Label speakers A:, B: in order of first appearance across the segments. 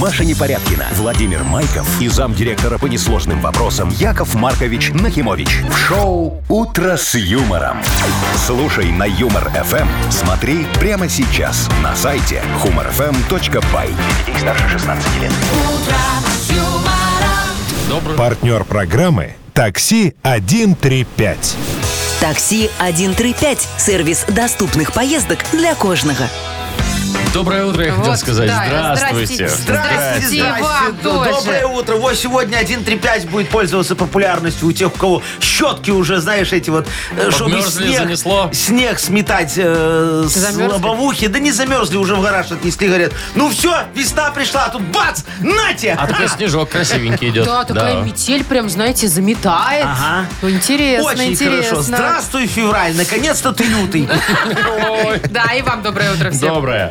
A: Маша Непорядкина, Владимир Майков и замдиректора по несложным вопросам Яков Маркович Нахимович. В шоу «Утро с юмором». Слушай на «Юмор-ФМ». Смотри прямо сейчас на сайте humorfm.by. Для детей старше 16 лет.
B: Партнер программы «Такси 135».
C: Такси 135 – сервис доступных поездок для кожного.
D: Доброе утро, я хотел
E: Вот,
D: сказать.
E: да,
D: Здравствуйте.
E: Здравствуйте, и вам
F: Ну,
E: тоже.
F: Доброе утро. Вот сегодня 1.35 будет пользоваться популярностью у тех, у кого щетки уже, знаешь, эти вот, э, чтобы
D: Подмерзли,
F: снег,
D: занесло.
F: снег сметать э, с
E: Замерзли?
F: лобовухи. Да не замерзли, уже в гараж отнесли. Говорят, ну все, весна пришла, а тут бац, на тебе.
D: А такой снежок красивенький идет.
E: Да, такая метель прям, знаете, заметает.
F: Ага.
E: Ну, интересно,
F: Очень
E: интересно.
F: хорошо. Здравствуй, февраль. Наконец-то ты лютый.
D: Ой,
E: Да, и вам доброе утро всем.
D: Доброе.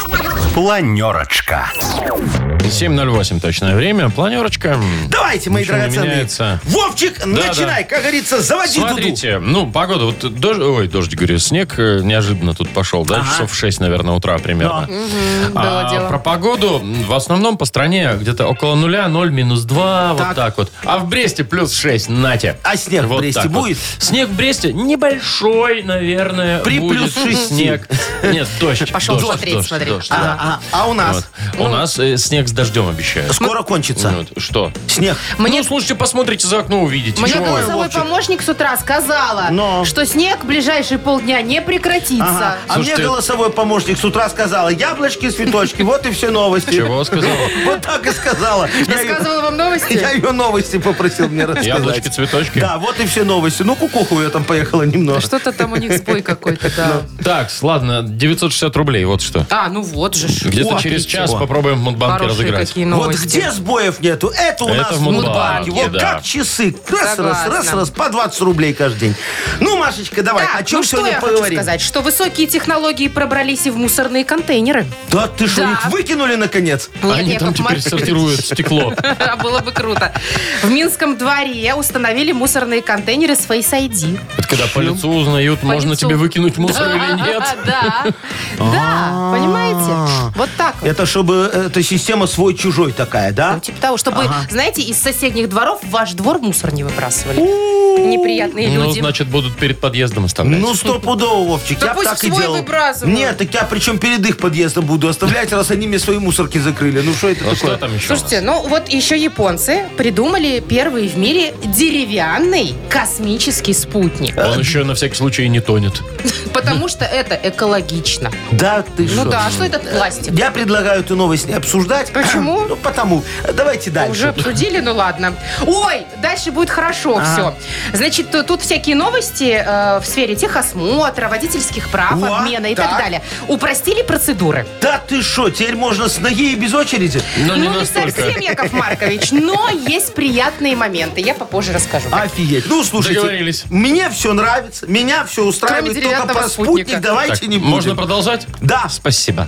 A: Планерочка.
D: 7.08 точное время. Планерочка.
F: Давайте, мои
D: Ничего не
F: драгоценные.
D: меняется.
F: Вовчик, начинай, как говорится, заводи дуду.
D: Смотрите, ну, погода, вот дож- ой, дождь, говорю, снег э, неожиданно тут пошел, да, часов в 6, наверное, утра примерно.
E: было
D: А,
E: дело.
D: Про погоду м, в основном по стране где-то около нуля, 0, минус 2, вот
F: Так.
D: так вот. А в Бресте плюс 6, нате.
F: А снег в
D: Вот
F: Бресте
D: так вот.
F: будет?
D: Снег в Бресте небольшой, наверное,
F: При
D: будет
F: плюс шести.
D: снег. Нет, дождь.
E: Пошел
D: дождь,
E: смотреть,
D: дождь,
E: смотри.
D: дождь, да.
F: А, а- а у нас?
D: Вот. У нас э, снег с дождем обещают.
F: Скоро кончится.
D: Ну Вот, Что?
F: Снег.
D: Ну, слушайте, посмотрите за окно, увидите.
E: Мне
D: Чего вы?
E: голосовой
F: Вовчик?
E: помощник с утра сказала,
F: Но.
E: что снег в ближайшие полдня не прекратится.
F: Ага. А
E: э,
F: мне
D: Слушайте.
F: голосовой помощник с утра сказала, яблочки, цветочки, вот и все новости.
D: Чего сказала?
F: Вот так и сказала. Я её-
E: Рассказывала вам новости?
F: я ее новости попросил мне рассказать.
D: Яблочки, цветочки.
F: Да, вот и все новости. Ну, кукуху я там поехала немного.
E: А Что-то там у них сбой какой-то, да.
F: Ну.
D: Так, ладно, 960 рублей, вот что.
E: А, ну вот же. ж.
D: Где-то
F: О,
D: через
F: отлично.
D: час попробуем в Мудбанке
E: Хорошие
D: разыграть.
E: какие
F: Вот
E: новости.
F: где сбоев нету, это у
D: Это
F: нас в
D: в Мудбанке,
F: Мудбанке. Вот
D: да.
F: как часы. Раз, раз,
E: Согласна.
F: раз, раз, по 20 рублей каждый день. Ну, Машечка, давай,
E: Так,
F: о чем
E: ну что
F: сегодня
E: я хочу
F: поговорим?
E: сказать, что высокие технологии пробрались и в мусорные контейнеры.
F: Да ты что,
E: Да.
F: их выкинули наконец?
D: Они
E: Яков
D: там теперь
E: Маркович.
D: сортируют стекло.
E: А Было бы круто. В Минском дворе установили мусорные контейнеры с Face ID.
D: Это когда по лицу узнают,
E: По
D: можно
E: лицу.
D: тебе выкинуть мусор
E: Да,
D: или нет. А.
E: Да. Да, понимаете? Вот так вот.
F: Это чтобы э, эта система свой-чужой такая,
E: Ну,
F: да?
E: типа того, чтобы, знаете, из соседних дворов в ваш двор мусор не выбрасывали. Неприятные
D: Ну,
E: люди.
D: значит, будут перед подъездом оставлять.
F: Ну, стопудово, Вовчик,
E: Да
F: я б
E: пусть
F: так и
E: свой
F: делал.
E: выбрасывают.
F: Нет, так я причем перед их подъездом буду оставлять, раз они мне свои мусорки закрыли. Ну, что это
D: А что
F: такое?
D: там еще?
E: Слушайте, ну вот еще японцы придумали первый в мире деревянный космический спутник.
D: Он еще на всякий случай не тонет.
E: Потому что это экологично.
F: Да, ты
E: Ну
F: что?
E: да, а что этот пластик?
F: Я предлагаю эту новость не обсуждать.
E: Почему?
F: Ну, потому. Давайте дальше.
E: Уже обсудили, ну ладно. Ой, дальше будет хорошо
F: Ага.
E: все. Значит, ту- тут всякие новости э, в сфере техосмотра, водительских прав,
F: Во,
E: обмена и так
F: так.
E: далее. Упростили процедуры.
F: Да ты что, теперь можно с ноги и без очереди?
D: Но не
E: ну, не
D: настолько.
E: совсем, Яков Маркович, но есть приятные моменты. Я попозже расскажу.
F: Офигеть. Ну, слушайте,
D: Договорились.
F: мне все нравится, меня все устраивает, только
E: деревянного
F: про
E: спутника.
F: спутник давайте
D: Так,
F: не будем.
D: Можно продолжать?
F: Да.
D: Спасибо.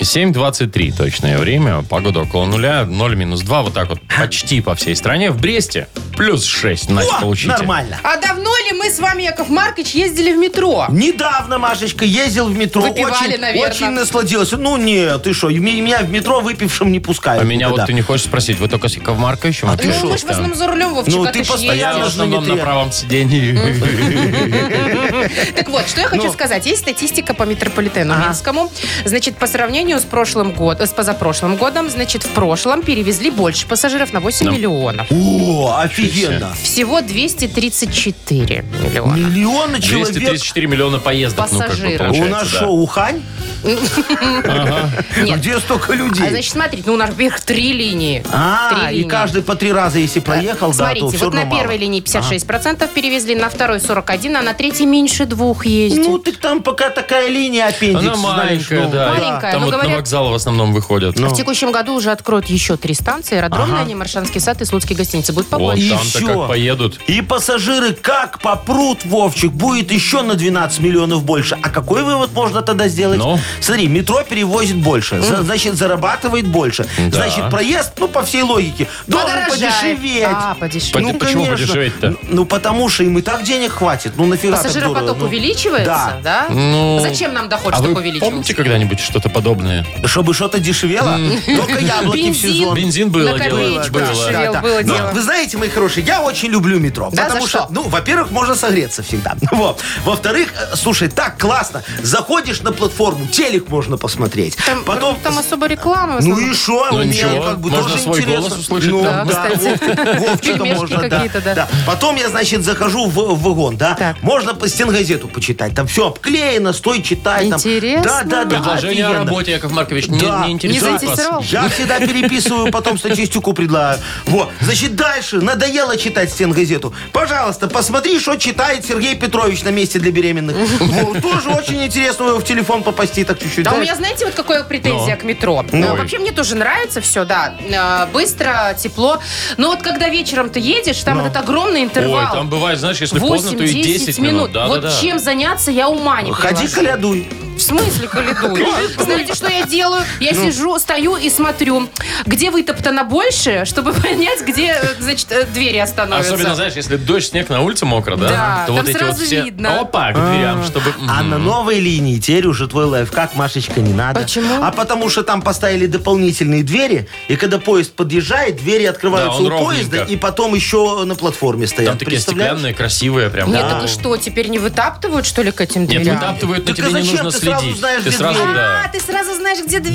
D: 7.23 точное время. Погода около нуля. 0 минус 2. Вот так вот почти по всей стране. В Бресте плюс 6. Значит,
F: О,
D: получите.
F: нормально.
E: А давно ли мы с вами, Яков Маркович, ездили в метро?
F: Недавно, Машечка, ездил в метро.
E: Выпивали,
F: очень,
E: наверно.
F: очень насладился. Ну, нет, ты что, ме- меня в метро выпившим не пускают.
D: А меня вот
F: никогда.
D: ты не хочешь спросить. Вы только с Яков Марковичем? А
E: ну, мы ж в основном за рулем, Вовчик,
F: Ну,
E: а
F: ты
E: ж
D: А я
F: постоянно
D: в
E: едешь.
D: основном на
F: знаменитый.
D: правом сидении.
E: Так вот, что я хочу
F: Ну.
E: сказать. Есть статистика по метрополитену Минскому. Значит, по сравнению с прошлым годом, с позапрошлым годом, значит, в прошлом перевезли больше пассажиров на 8 миллионов.
F: О, офигенно.
E: Всего 234 миллиона.
F: Миллионы человек.
D: 234 миллиона поездок. Ну, как бы,
E: Пассажиров.
D: получается,
F: У нас
D: да.
F: что, Ухань?
E: Нет.
F: Где столько людей?
E: А значит, смотрите, ну у нас вверх три линии.
F: А,
E: Три
F: и
E: линии. Э,
F: каждый по три раза, если проехал, да, а
E: Смотрите,
F: то все
E: вот на
F: равно мало.
E: первой линии 56% перевезли, на второй 41, а на третьей меньше двух ездит.
F: Ну, так там пока такая линия аппендикс,
D: Она
F: знаешь,
D: маленькая,
F: ну,
D: да.
E: Маленькая, но
D: Там вот на
E: говорят- Типа,
D: вокзал в основном выходят.
E: А В текущем году уже откроют еще три станции. Аэродром на ней, Маршанский сад и Слуцкие гостиницы. Будет побольше.
F: И
D: Вот там-то
F: всё.
D: как поедут.
F: И пассажиры как попрут, Вовчик, будет еще на 12 миллионов больше. А какой вывод можно тогда сделать?
D: Ну?
F: Смотри, метро перевозит больше, за- значит, зарабатывает больше.
D: Да.
F: Значит, проезд, ну, по всей логике, должен
E: Подорожает.
F: подешеветь.
E: А, подешевеет.
D: Под- Ну, почему подешеветь-то?
F: Ну, потому что им и так денег хватит. Ну, нафига так
E: Пассажиропоток
F: дорого? Ну,
E: увеличивается,
F: Да.
E: да?
D: Ну,
E: Зачем нам доход,
D: А
E: чтобы
D: вы
E: увеличивался?
D: помните когда-нибудь что-то подобное?
F: Чтобы что-то дешевело, только яблоки в
E: Бензин.
F: сезон.
D: Бензин было
E: На
D: дело.
E: копеечку
D: Было.
E: дешевле. Дешевел, было
F: Но
E: дело. Ну,
F: Ну, вы знаете, мои хорошие, я очень люблю метро.
E: Да,
F: потому
E: за
F: что,
E: что?
F: ну, во-первых, можно согреться всегда. Вот. Во-вторых, э, слушай, так классно. Заходишь на платформу, телек можно посмотреть.
E: Там,
F: Потом...
E: там особо рекламы. в
F: Ну
E: основном. А
F: и шо?
D: Ну
F: Мне
D: ничего,
F: как бы
D: можно
F: тоже
D: свой
F: интересно.
D: голос услышать
F: Ну,
E: там. Да,
F: да,
E: кстати.
F: Вовчик- Вовчика
E: Пельмешки
F: можно, да,
E: какие-то, да.
F: да. Потом я, значит, захожу в в вагон, да.
E: Так.
F: Можно по стенгазету почитать. Там все обклеено, стой, читай. там.
E: Интересно.
F: Да, да, да.
D: Предложение о
F: офигенно.
D: работе, Яков Маркович, не,
F: Да.
D: не интересует
E: Не
D: вас?
E: заинтересовал?
F: Я всегда переписываю, потом статистику предлагаю. Вот. Значит, дальше. Надоело читать стенгазету. Пожалуйста, посмотри, что читает Сергей Петрович на месте для беременных. Вот. Тоже очень интересно в телефон попасти так чуть-чуть.
E: Да, у
F: Знаешь,
E: меня, знаете, вот какое претензия
D: Ну.
E: к метро.
D: Ну.
E: Э, Вообще мне тоже нравится все, да. Э, Быстро, тепло. Но вот когда вечером ты едешь, там этот огромный интервал.
D: Ой, там бывает, знаешь, если поздно, то и 10 минут. Да,
E: вот
D: да, да.
E: чем заняться, я ума не
F: Ходи
E: приложу.
F: колядуй.
E: В смысле калядуй? Знаете, что я делаю? Я
D: Ну.
E: сижу, стою и смотрю, где вытоптано больше, чтобы понять, где, э, значит, э, двери остановятся.
D: Особенно, знаешь, если дождь, снег на улице мокро, да?
E: Да,
D: то
E: там
D: вот эти
E: сразу
D: вот все...
E: видно.
D: Опа, к дверям, чтобы... м,
F: А на новой линии теперь уже твой лайфхак, Машечка, не надо.
E: Почему?
F: А потому что там поставили дополнительные двери, и когда поезд подъезжает, двери открываются
D: Да,
F: у
D: он
F: поезда,
D: ровненько.
F: и потом еще на платформе стоят.
D: Там такие
F: Представляешь?
D: стеклянные, красивые прям.
E: Нет,
D: Да.
E: так и что, теперь не вытаптывают, что ли, к этим
D: Нет,
E: дверям?
D: вытаптывают,
F: Так
D: но
F: а
D: тебе не
F: зачем?
D: нужно
F: Ты сразу
D: следить.
F: знаешь,
D: Ты
F: где
D: сразу,
F: двери.
D: да.
E: А, ты сразу знаешь, где
F: Да,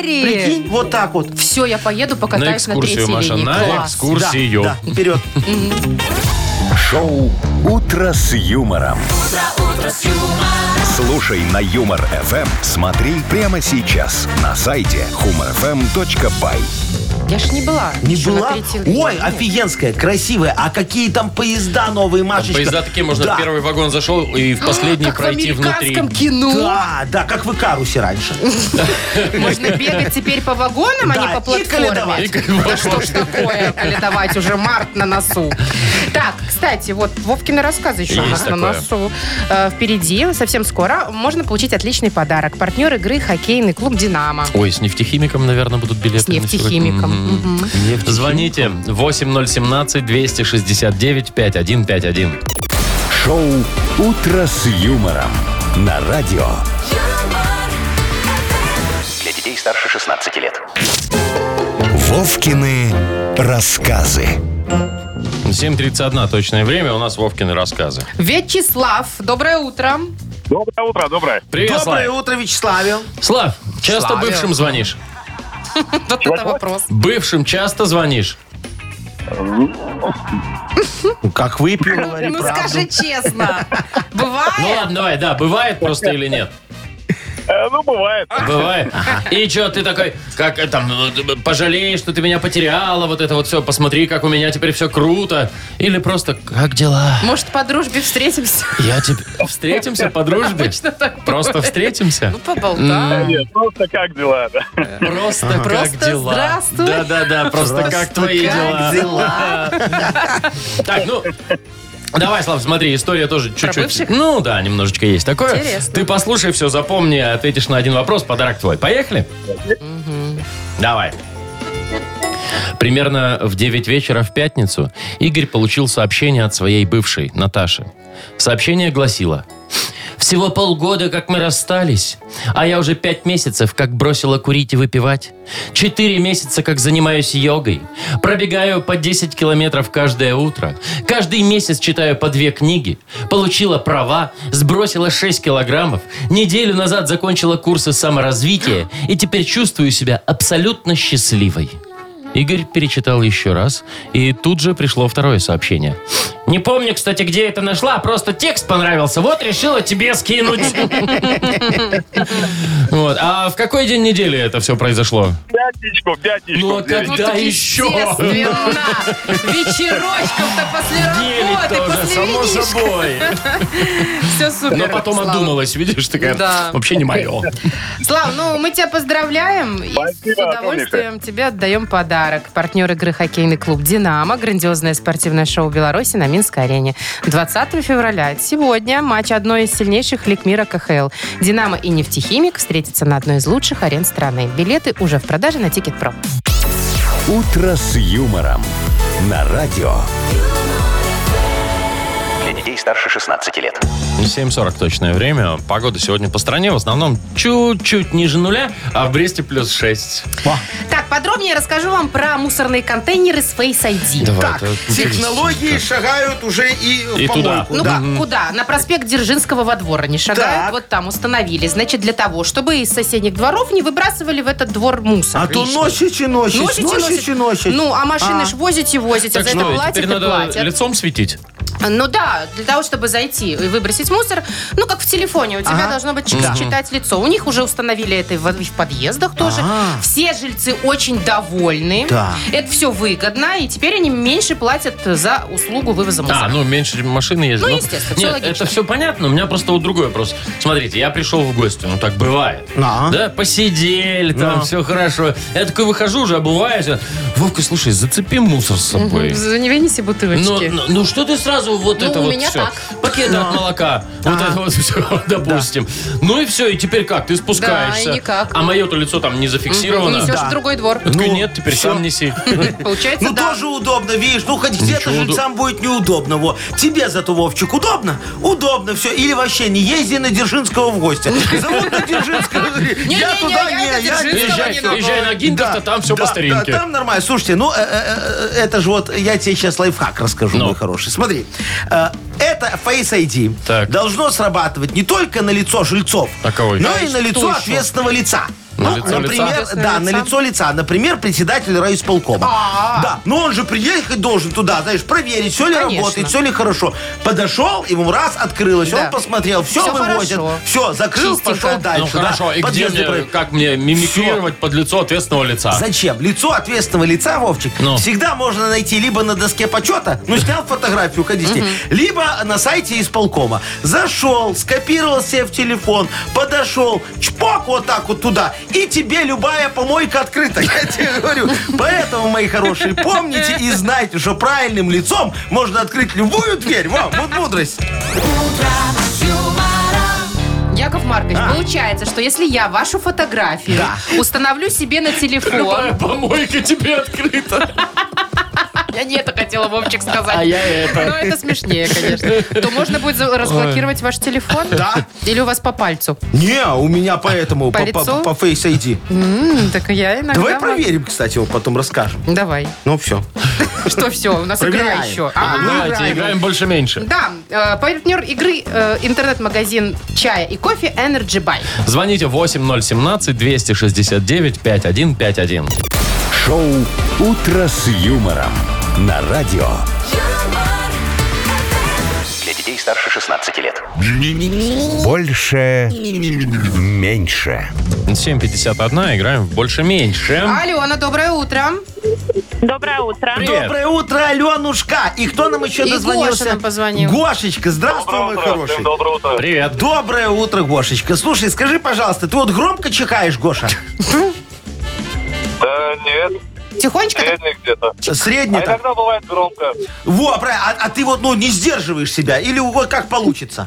F: прикинь,
E: двери.
F: вот так вот.
E: Все, я поеду
D: На
E: покатаюсь на третьей
D: экскурсию, Маша,
E: линии.
D: на
E: Класс.
D: экскурсию.
F: Да, да, вперед.
A: Шоу «Утро с юмором». Слушай на Юмор ФМ, смотри прямо сейчас на сайте humorfm.by.
E: Я ж не была.
F: Не
E: еще на
F: была?
E: третьей линии.
F: Ой, офигенская, красивая. А какие там поезда новые, Машечка?
D: Поезда такие, можно
F: да.
D: в первый вагон зашел и в последний
E: А, Как в
D: пройти внутри.
E: американском кино.
F: Да, да, как в Икарусе раньше.
E: Можно бегать теперь по вагонам, а
F: Да,
E: не по
F: и
E: платформе.
F: калядовать.
E: Да что ж такое, калядовать уже март на носу. Так, кстати, вот Вовкины рассказы еще у
D: Есть
E: нас на
D: такое.
E: носу. Э, Впереди, совсем скоро, можно получить отличный подарок. Партнер игры хоккейный клуб «Динамо».
D: Ой, с нефтехимиком, наверное, будут билеты.
E: С
D: на сегодня.
E: нефтехимиком.
D: Мгм.
E: Мгм.
D: Звоните 8017-269-5151.
A: Шоу «Утро с юмором» на радио.
G: Для детей старше 16 лет.
A: Вовкины рассказы.
D: 7.31 точное время, у нас Вовкины рассказы.
E: Вячеслав, доброе утро.
H: Доброе утро, доброе.
D: Привет,
F: Доброе
D: Слав.
F: утро, Вячеславе.
D: Слав, часто
E: Славе.
D: бывшим звонишь?
E: Вот это вопрос.
D: Бывшим часто звонишь?
F: Как выпил, говори
E: Ну
F: правду.
E: скажи честно,
D: Ну
E: бывает?
D: ладно, давай, да, бывает просто или нет?
H: Э, ну, бывает.
D: Бывает. И что, ты такой, как э, там, э, э, пожалеешь, что ты меня потеряла, вот это вот все, посмотри, как у меня теперь все круто. Или просто, как дела?
E: Может, по дружбе встретимся?
D: Я тебе... Встретимся по дружбе?
E: Обычно так
D: Просто
E: бывает.
D: встретимся?
E: Ну, поболтаем.
H: Нет, просто как дела, да?
D: Просто как
E: Просто
D: дела.
E: здравствуй.
D: Да-да-да, просто, как твои
E: как
D: дела. Так, ну... Давай, Слав, смотри, история тоже чуть-чуть.
E: бывших?
D: Ну да, немножечко есть такое.
E: Интересно.
D: Ты послушай все, запомни, ответишь на один вопрос, подарок твой. Поехали? Давай. Примерно в 9 вечера в пятницу Игорь получил сообщение от своей бывшей, Наташи. Сообщение гласило. «Всего полгода, как мы расстались, а я уже пять месяцев, как бросила курить и выпивать. Четыре месяца, как занимаюсь йогой. Пробегаю по 10 километров каждое утро. Каждый месяц читаю по две книги. Получила права, сбросила 6 килограммов. Неделю назад закончила курсы саморазвития и теперь чувствую себя абсолютно счастливой». Игорь перечитал еще раз, и тут же пришло второе сообщение. Не помню, кстати, где это нашла, а просто текст понравился. Вот решила тебе скинуть. Вот. А в какой день недели это все произошло?
H: Пятничку, пятничку.
D: Ну, а
H: блядь.
D: когда еще?
E: Естественно. Вечерочком-то
D: Недели
E: после работы,
D: тоже,
E: после
D: само
E: винишка.
D: собой.
E: Все супер.
D: Но потом
E: Слава.
D: одумалась, видишь, такая,
E: Да.
D: вообще не мое.
E: Слав, ну мы тебя поздравляем и
H: Спасибо,
E: с удовольствием тебе отдаем подарок. Партнер игры хоккейный клуб «Динамо», грандиозное спортивное шоу Беларуси на Минской арене. 20 февраля сегодня матч одной из сильнейших лиг мира КХЛ. «Динамо» и «Нефтехимик» встретятся на одной из лучших арен страны. Билеты уже в продаже на Тикет.Про.
A: «Утро с юмором» на радио.
G: Для детей старше 16 лет.
D: 7.40 точное время. Погода сегодня по стране в основном чуть-чуть ниже нуля, а в Бресте плюс 6.
E: Так, подробнее расскажу вам про мусорные контейнеры с Face ID.
F: Так, технологии шагают уже и в
D: И туда.
F: помойку.
E: Ну
F: да.
E: как, куда? На проспект Дзержинского во двор они шагают,
F: Так.
E: вот там установили. Значит, для того, чтобы из соседних дворов не выбрасывали в этот двор мусор.
F: А то
E: лишний.
F: носичи, носичи, носичи, носичи.
E: Ну, а машины
F: А.
E: ж возить и возить, а
D: Так
E: за это
D: что,
E: платят
D: теперь
E: и
D: надо
E: платят.
D: лицом светить?
E: Ну да, для того, чтобы зайти и выбросить мусор, ну как в телефоне, у тебя
F: Ага.
E: должно быть чик- читать лицо. У них уже установили это и в, и в подъездах тоже.
F: А.
E: Все жильцы очень довольны.
F: Да.
E: Это все выгодно, и теперь они меньше платят за услугу вывоза мусора.
D: А, ну меньше машины ездит.
E: Ну, естественно, всё
D: нет,
E: логично.
D: это все понятно. У меня просто вот другой вопрос. Смотрите, я пришел в гости, ну так бывает.
F: Да.
D: Да, посидели, там все хорошо. Я такой выхожу уже, обуваюсь. Вовка, слушай, зацепи мусор с собой.
E: Заневинись и бутылочки.
D: Ну, ну, ну что ты сразу вот
E: Ну,
D: это
E: у
D: вот
E: меня
D: все?
E: так.
D: Пакеты от молока. Вот это вот все, допустим. Ну и все, и теперь как? Ты спускаешься.
E: Да, и никак.
D: А мое-то лицо там не зафиксировано.
E: Несешь в другой двор.
D: Я такой, нет, теперь сам неси.
E: Получается,
F: Ну
E: да.
F: тоже удобно, видишь, ну хоть где-то
D: Ничего удоб-
F: жильцам будет неудобно. Во. Тебе зато, Вовчик, удобно? Удобно все. Или вообще не езди на Дзержинского в гости. Зовут на Дзержинского. Я
E: Не-не-не,
F: туда
E: я на
F: не, я
E: Дзержинского
F: не.
E: Езжай,
D: Езжай,
E: не надо.
D: езжай на Гиндов-то, там все
F: Да,
D: по
F: да,
D: старинке.
F: там нормально. Слушайте, ну э, э, э, это же вот, я тебе сейчас лайфхак расскажу,
D: Ну.
F: мой хороший. Смотри, э, это Face ID
D: Так.
F: должно срабатывать не только на лицо жильцов,
D: А кого
F: но
D: еще?
F: и на лицо ответственного лица.
D: На
F: Ну,
D: лицо лица?
F: например, да, на
E: Ответственного лица.
F: лицо лица. Например, председатель райисполкома. Да, но он же приехать должен туда, знаешь, проверить, все ли
E: А. Конечно.
F: работает, все ли хорошо. Подошел, ему раз открылось,
E: Да.
F: он посмотрел, все,
E: Всё
F: вывозят,
E: хорошо.
F: все, закрыл,
E: Чистенько.
F: пошел дальше.
D: Ну
F: да.
D: хорошо, и где
F: Подъезды
D: мне,
F: проверил.
D: как мне мимикрировать под лицо ответственного лица?
F: Зачем? Лицо ответственного лица, Вовчик,
D: Ну.
F: всегда можно найти либо на доске почета, ну, снял фотографию, ходи с ней, либо на сайте исполкома. Зашел, скопировал себе в телефон, подошел, чпок вот так вот туда, и тебе любая помойка открыта, я тебе говорю. Поэтому, мои хорошие, помните и знайте, что правильным лицом можно открыть любую дверь. Вам, вот мудрость.
E: Яков Маркович, получается, что если я вашу фотографию установлю себе на телефон...
D: Любая помойка тебе открыта.
E: Я не это хотела, Вовчик, сказать.
D: это.
E: Но это смешнее, конечно. То можно будет за- разблокировать ваш телефон?
F: Да.
E: Или у вас по пальцу?
F: Не, у меня поэтому
E: По
F: по, по-
E: лицу?
F: по Face ID.
E: М, Так я иногда...
F: Давай
E: могу.
F: проверим, кстати, его потом расскажем.
E: Давай.
F: Ну, все.
E: Что все, у нас игра
F: Проверяем.
E: еще. А,
D: Давайте, играем больше-меньше.
E: Да, э, партнер игры э, интернет-магазин чая и кофе Energy Buy.
D: Звоните 8017-269-5151.
A: Шоу «Утро с юмором» на радио.
G: Для детей старше 16 лет.
B: Больше
A: Меньше.
D: 751, играем в больше-меньше.
E: Алена, доброе утро.
I: Доброе утро.
D: Привет.
F: Доброе утро, Аленушка. И кто нам еще
E: И
F: дозвонился?
E: Гоша нам позвонил.
F: Гошечка, здравствуй, мой хороший.
H: всем доброе утро.
D: Привет.
F: Доброе утро, Гошечка. Слушай, скажи, пожалуйста, ты вот громко чихаешь, Гоша?
H: Да нет,
E: Тихонечко. так.
H: средний где-то.
F: Средне
H: А
F: так.
H: иногда бывает громко.
F: Во, правильно. А, а ты вот, ну, не сдерживаешь себя? Или вот как получится?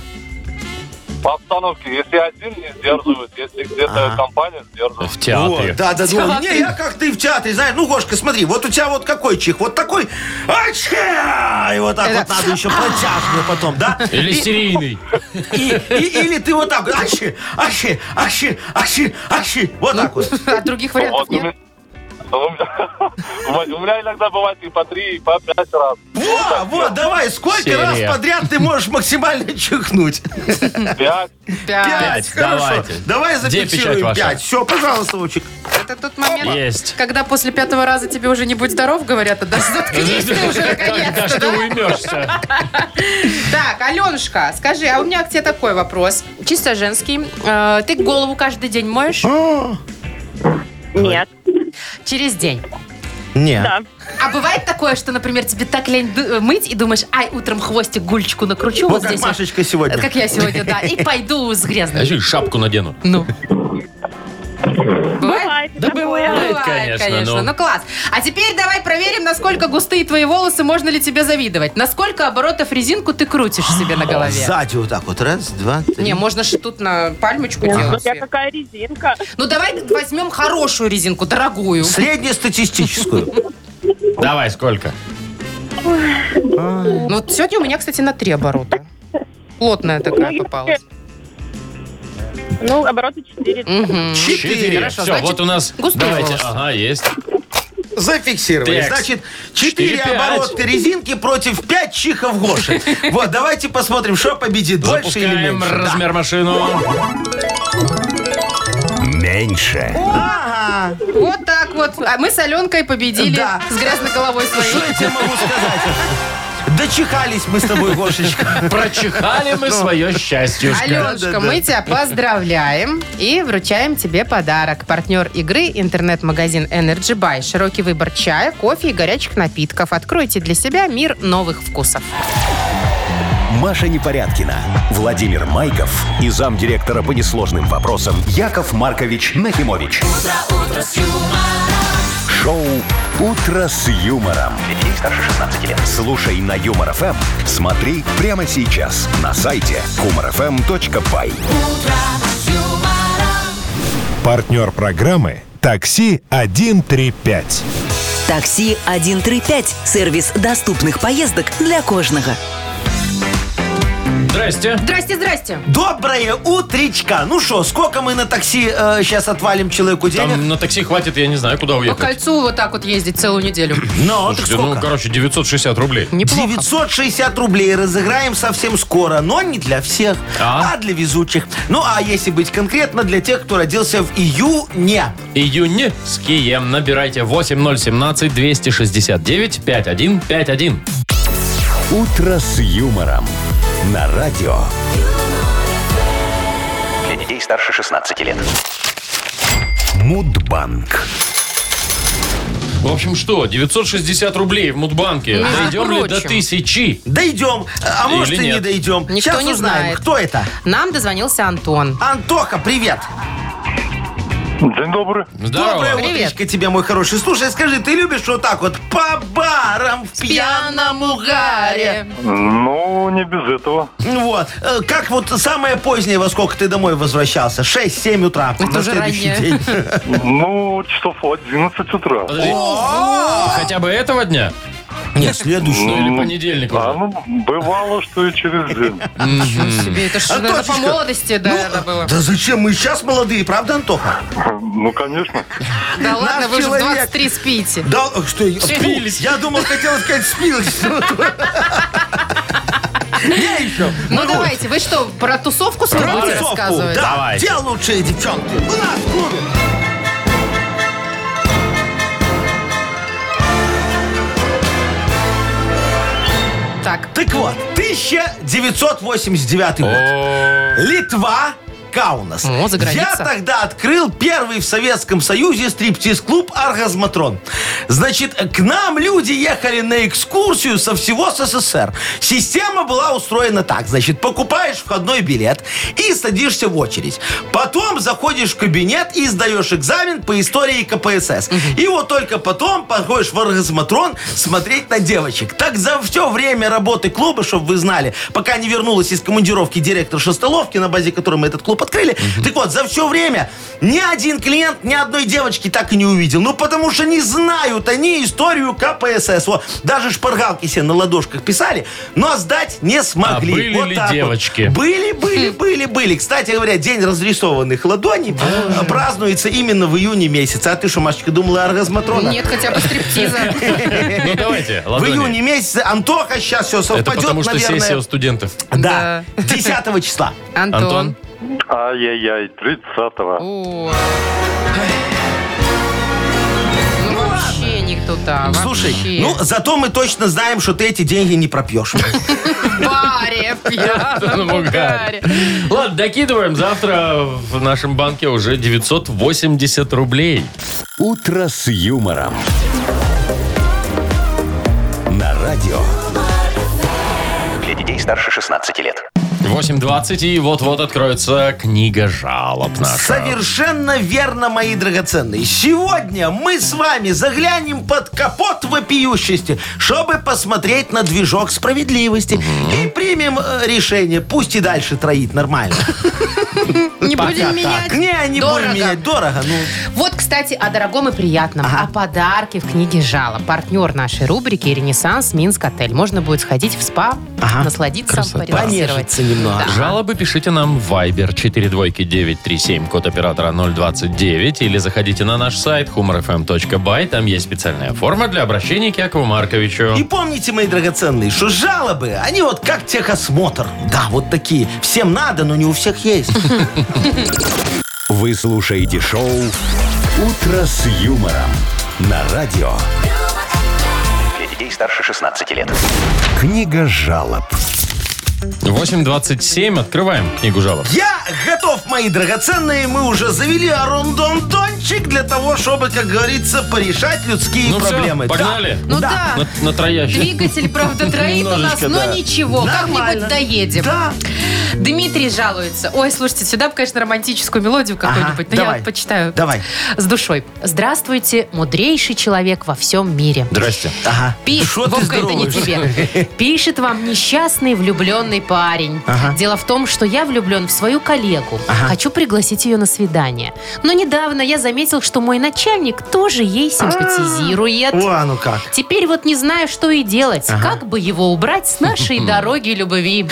H: По обстановке. Если один не сдерживает, если где-то
F: Ага.
H: компания
I: А?
H: сдерживает.
D: В театре.
F: Вот, да, да, да.
E: Театр.
F: Не, я как ты в театре, знаешь. Ну, Гошка, смотри, вот у тебя вот какой чих? Вот такой. Ачха! И вот так вот надо еще
E: «А!»
F: протяжно потом, да?
D: Или серийный.
F: И- и- Или ты вот так вот. Ащи, ащи, ащи, ащи, ащи. Вот так вот.
E: Ну, А других вариантов
H: Вот у
E: нет.
H: меня- У меня- у меня иногда бывает и по три, и по пять раз.
F: Во, во, давай, сколько раз
D: Серия.
F: подряд ты можешь максимально чихнуть?
H: Пять.
E: Пять.
D: Пять, давайте.
F: Давай
D: Где печать
F: зафиксируем
D: ваша?
F: пять. Все, пожалуйста, Вовчик.
E: Это тот момент,
D: Есть.
E: когда после пятого раза тебе уже не будь здоров, говорят, а да заткнись ты уже
D: Когда ж
E: наконец-то,
D: ты
E: да?
D: уймешься?
E: Так, Аленушка, скажи, а у меня к тебе такой вопрос. Чисто женский. Э, Ты голову каждый день моешь?
I: Нет.
E: Через день.
F: Не.
I: Да.
E: А бывает такое, что, например, тебе так лень ду- мыть и думаешь, ай, утром хвостик гульчику накручу вот,
F: Вот Ну, как
E: здесь. вот,
F: Машечка сегодня.
E: как я сегодня, да, и пойду с
D: Я
E: грязной.
D: еще и шапку надену.
E: Ну.
I: Бывает.
D: Да бывает. конечно,
E: конечно.
D: ну.
E: Ну класс. А теперь давай проверим, насколько густые твои волосы, можно ли тебе завидовать. Насколько оборотов резинку ты крутишь себе на голове.
F: Сзади вот так вот. Раз, два, три.
E: Не, можно же тут на пальмочку делать.
I: Я
E: себе.
I: какая резинка.
E: Ну давай возьмем хорошую резинку, дорогую.
F: Среднестатистическую.
D: Давай, сколько?
E: Ну вот сегодня у меня, кстати, на три оборота. Плотная такая
I: Ну,
E: попалась.
I: Ну, обороты 4.
E: Мгм.
D: Четыре.
E: Хорошо,
D: Все,
E: значит,
D: вот у нас...
E: густые
D: Давайте.
E: волосы.
D: Ага, есть.
F: Зафиксировали.
D: Так.
F: Значит, 4
D: Четыре, пять.
F: оборотка резинки против 5 чихов Гоши. Вот, давайте посмотрим, что победит, больше или
D: Запускаем
F: меньше. Да.
D: размер машину.
A: Меньше.
F: Ага.
E: Вот так вот. А мы с Аленкой победили
F: Да.
E: с грязной головой своей.
F: Что я тебе могу сказать? Дочихались мы с тобой, Гошечка.
D: Прочихали
F: Ну.
D: мы свое счастье.
E: Аленушка,
F: Да-да-да.
E: мы тебя поздравляем и вручаем тебе подарок. Партнер игры – интернет-магазин Energy Buy. Широкий выбор чая, кофе и горячих напитков. Откройте для себя мир новых вкусов.
A: Маша Непорядкина, Владимир Майков и замдиректора по несложным вопросам Яков Маркович Нахимович. Шоу Утро с юмором. Детей старше 16 лет. Слушай на юмор ФМ. Смотри прямо сейчас на сайте humorfm.by.
B: Партнер программы «Такси 135».
C: Такси 135 сервис доступных поездок для кожного.
D: Здрасте.
E: Здрасте, здрасте.
F: Доброе утречка. Ну что, сколько мы на такси сейчас отвалим человеку денег?
D: Там на такси хватит, я не знаю, куда
E: По
D: уехать.
E: кольцу вот так вот ездить целую неделю.
F: Ну, так
D: Слушайте, ну,
F: сколько?
D: короче, 960 рублей.
E: Неплохо.
F: 960 рублей разыграем совсем скоро, но не для всех,
D: А?
F: а для везучих. Ну, а если быть конкретно, для тех, кто родился в июне.
D: Июнь с Кием. Набирайте 8017-269-5151.
A: Утро с юмором. На радио.
G: Для детей старше 16 лет.
A: Мудбанк.
D: В общем, что, 960 рублей в Мудбанке.
E: Между
D: Дойдем ли до
E: прочим.
D: тысячи?
F: Дойдем, а
D: Или
F: может и не
D: нет.
F: дойдем.
E: Никто
F: Сейчас
E: не
F: узнаем,
E: знает.
F: кто это.
E: Нам дозвонился Антон.
F: Антоха, привет.
H: День добрый.
F: Доброе
D: Здорово.
E: Привет.
F: утречко тебе, мой хороший. Слушай, скажи, ты любишь вот так вот по барам в пьяном угаре?
H: Ну, не без этого.
F: Вот. Э, Как вот самое позднее, во сколько ты домой возвращался? 6-7 утра на
E: уже
F: следующий
E: раннее.
F: день.
H: Ну, часов 11 утра.
D: Подожди. А! Хотя бы этого дня?
F: Нет, следующий.
D: Ну или понедельник
H: А,
D: уже?
H: ну, бывало, что и через день.
E: Ничего себе, это ж, наверное, по
F: Антошечка,
E: молодости, да, это было.
F: А Ну, Да зачем? Мы сейчас молодые, правда, Антоха?
H: Ну, конечно.
E: Да ладно, вы же в
F: человек.
E: 23 спите.
F: Да, э, что, я-
D: Спились.
F: Я думал, хотел сказать спились. Я еще.
E: Ну давайте, вы что, про тусовку с
F: Про
E: будете
F: тусовку.
E: рассказывать?
F: Да,
D: Давайте.
F: где лучшие девчонки? У нас в клубе.
E: Так,
F: Так вот, 1989 год. Литва, Каунас.
E: О, за граница.
F: Я тогда открыл первый в Советском Союзе стриптиз-клуб «Оргазматрон». Значит, к нам люди ехали на экскурсию со всего СССР. Система была устроена так. Значит, покупаешь входной билет и садишься в очередь. Потом заходишь в кабинет и сдаешь экзамен по истории КПСС. И вот только потом подходишь в «Оргазматрон» смотреть на девочек. Так за все время работы клуба, чтобы вы знали, пока не вернулась из командировки директор Шестоловки, на базе которой мы этот клуб открыли. Так вот, за все время ни один клиент ни одной девочки так и не увидел. Ну, потому что не знают они историю КПСС. Вот, даже шпаргалки себе на ладошках писали, но сдать не смогли.
D: А были
F: Вот
D: ли
F: так вот.
D: девочки?
F: Были, были, были, были. Кстати говоря, день разрисованных ладоней э, празднуется именно в июне месяце. А ты что, Машечка, думала оргазматрона?
E: Нет, хотя бы стриптиза.
D: Ну давайте,
F: В
D: ладони.
F: июне месяце Антоха сейчас все
D: Это
F: совпадет,
D: потому что
F: наверное.
D: сессия у студентов.
F: Да, 10 числа.
E: Антон.
D: Антон.
H: Ай-яй-яй, 30-го.
E: О. Ну, вообще не туда.
F: Слушай,
E: вообще.
F: ну зато мы точно знаем, что ты эти деньги не пропьешь.
E: В баре, в пьяном
D: Антон
E: угаре.
D: Угар. Ладно, докидываем. Завтра в нашем банке уже 980 рублей.
A: «Утро с юмором». На радио.
G: Для детей старше 16 лет.
D: 8.20, и вот-вот откроется книга жалоб наша.
F: Совершенно верно, мои драгоценные. Сегодня мы с вами заглянем под капот вопиющести, чтобы посмотреть на движок справедливости. И примем э, решение. Пусть и дальше троить нормально.
E: Не
F: Пока
E: будем менять.
F: так. Не, не будем
E: Дорого.
F: менять. Дорого. Ну,
E: Вот, кстати, о дорогом и приятном. О подарке в книге жалоб. Партнер нашей рубрики «Ренессанс Минск Отель». Можно будет сходить в спа,
F: Ага.
E: насладиться,
D: Красота.
E: порелаксировать.
F: понежиться немного.
D: Жалобы пишите нам в Viber 42937, код оператора 029, или заходите на наш сайт humorfm.by, там есть специальная форма для обращения к Якову Марковичу.
F: И помните, мои драгоценные, что жалобы, они вот как техосмотр. Да, вот такие. Всем надо, но не у всех есть.
A: Вы слушаете шоу «Утро с юмором». На радио.
G: Для детей старше 16 лет.
A: Книга жалоб.
D: 8.27, открываем книгу жалоб.
F: Я готов, мои драгоценные. Мы уже завели арендондончик для того, чтобы, как говорится, порешать людские
D: Ну всё,
F: проблемы. Да.
D: погнали.
E: Ну да.
D: На, на троящий.
E: Двигатель, правда, троит у нас,
F: Немножечко,
E: но
F: да.
E: ничего,
F: Нормально.
E: как-нибудь доедем.
F: Да.
E: Дмитрий жалуется. Ой, слушайте, сюда бы, конечно, романтическую мелодию какую-нибудь, но я
F: давай.
E: вот почитаю.
F: Давай.
E: С душой. Здравствуйте, мудрейший человек во всем мире.
D: Здрасте.
F: Ага.
E: Пи-
F: Шо ты
E: Вовка, это не
F: здороваешься?
E: тебе. Пишет вам несчастный влюбленный парень.
F: Ага.
E: Дело в том, что я влюблен в свою коллегу. Хочу пригласить ее на свидание. Но недавно я заметил, что мой начальник тоже ей симпатизирует.
F: О, ну как.
E: Теперь вот не знаю, что и делать. Как бы его убрать с нашей дороги любви?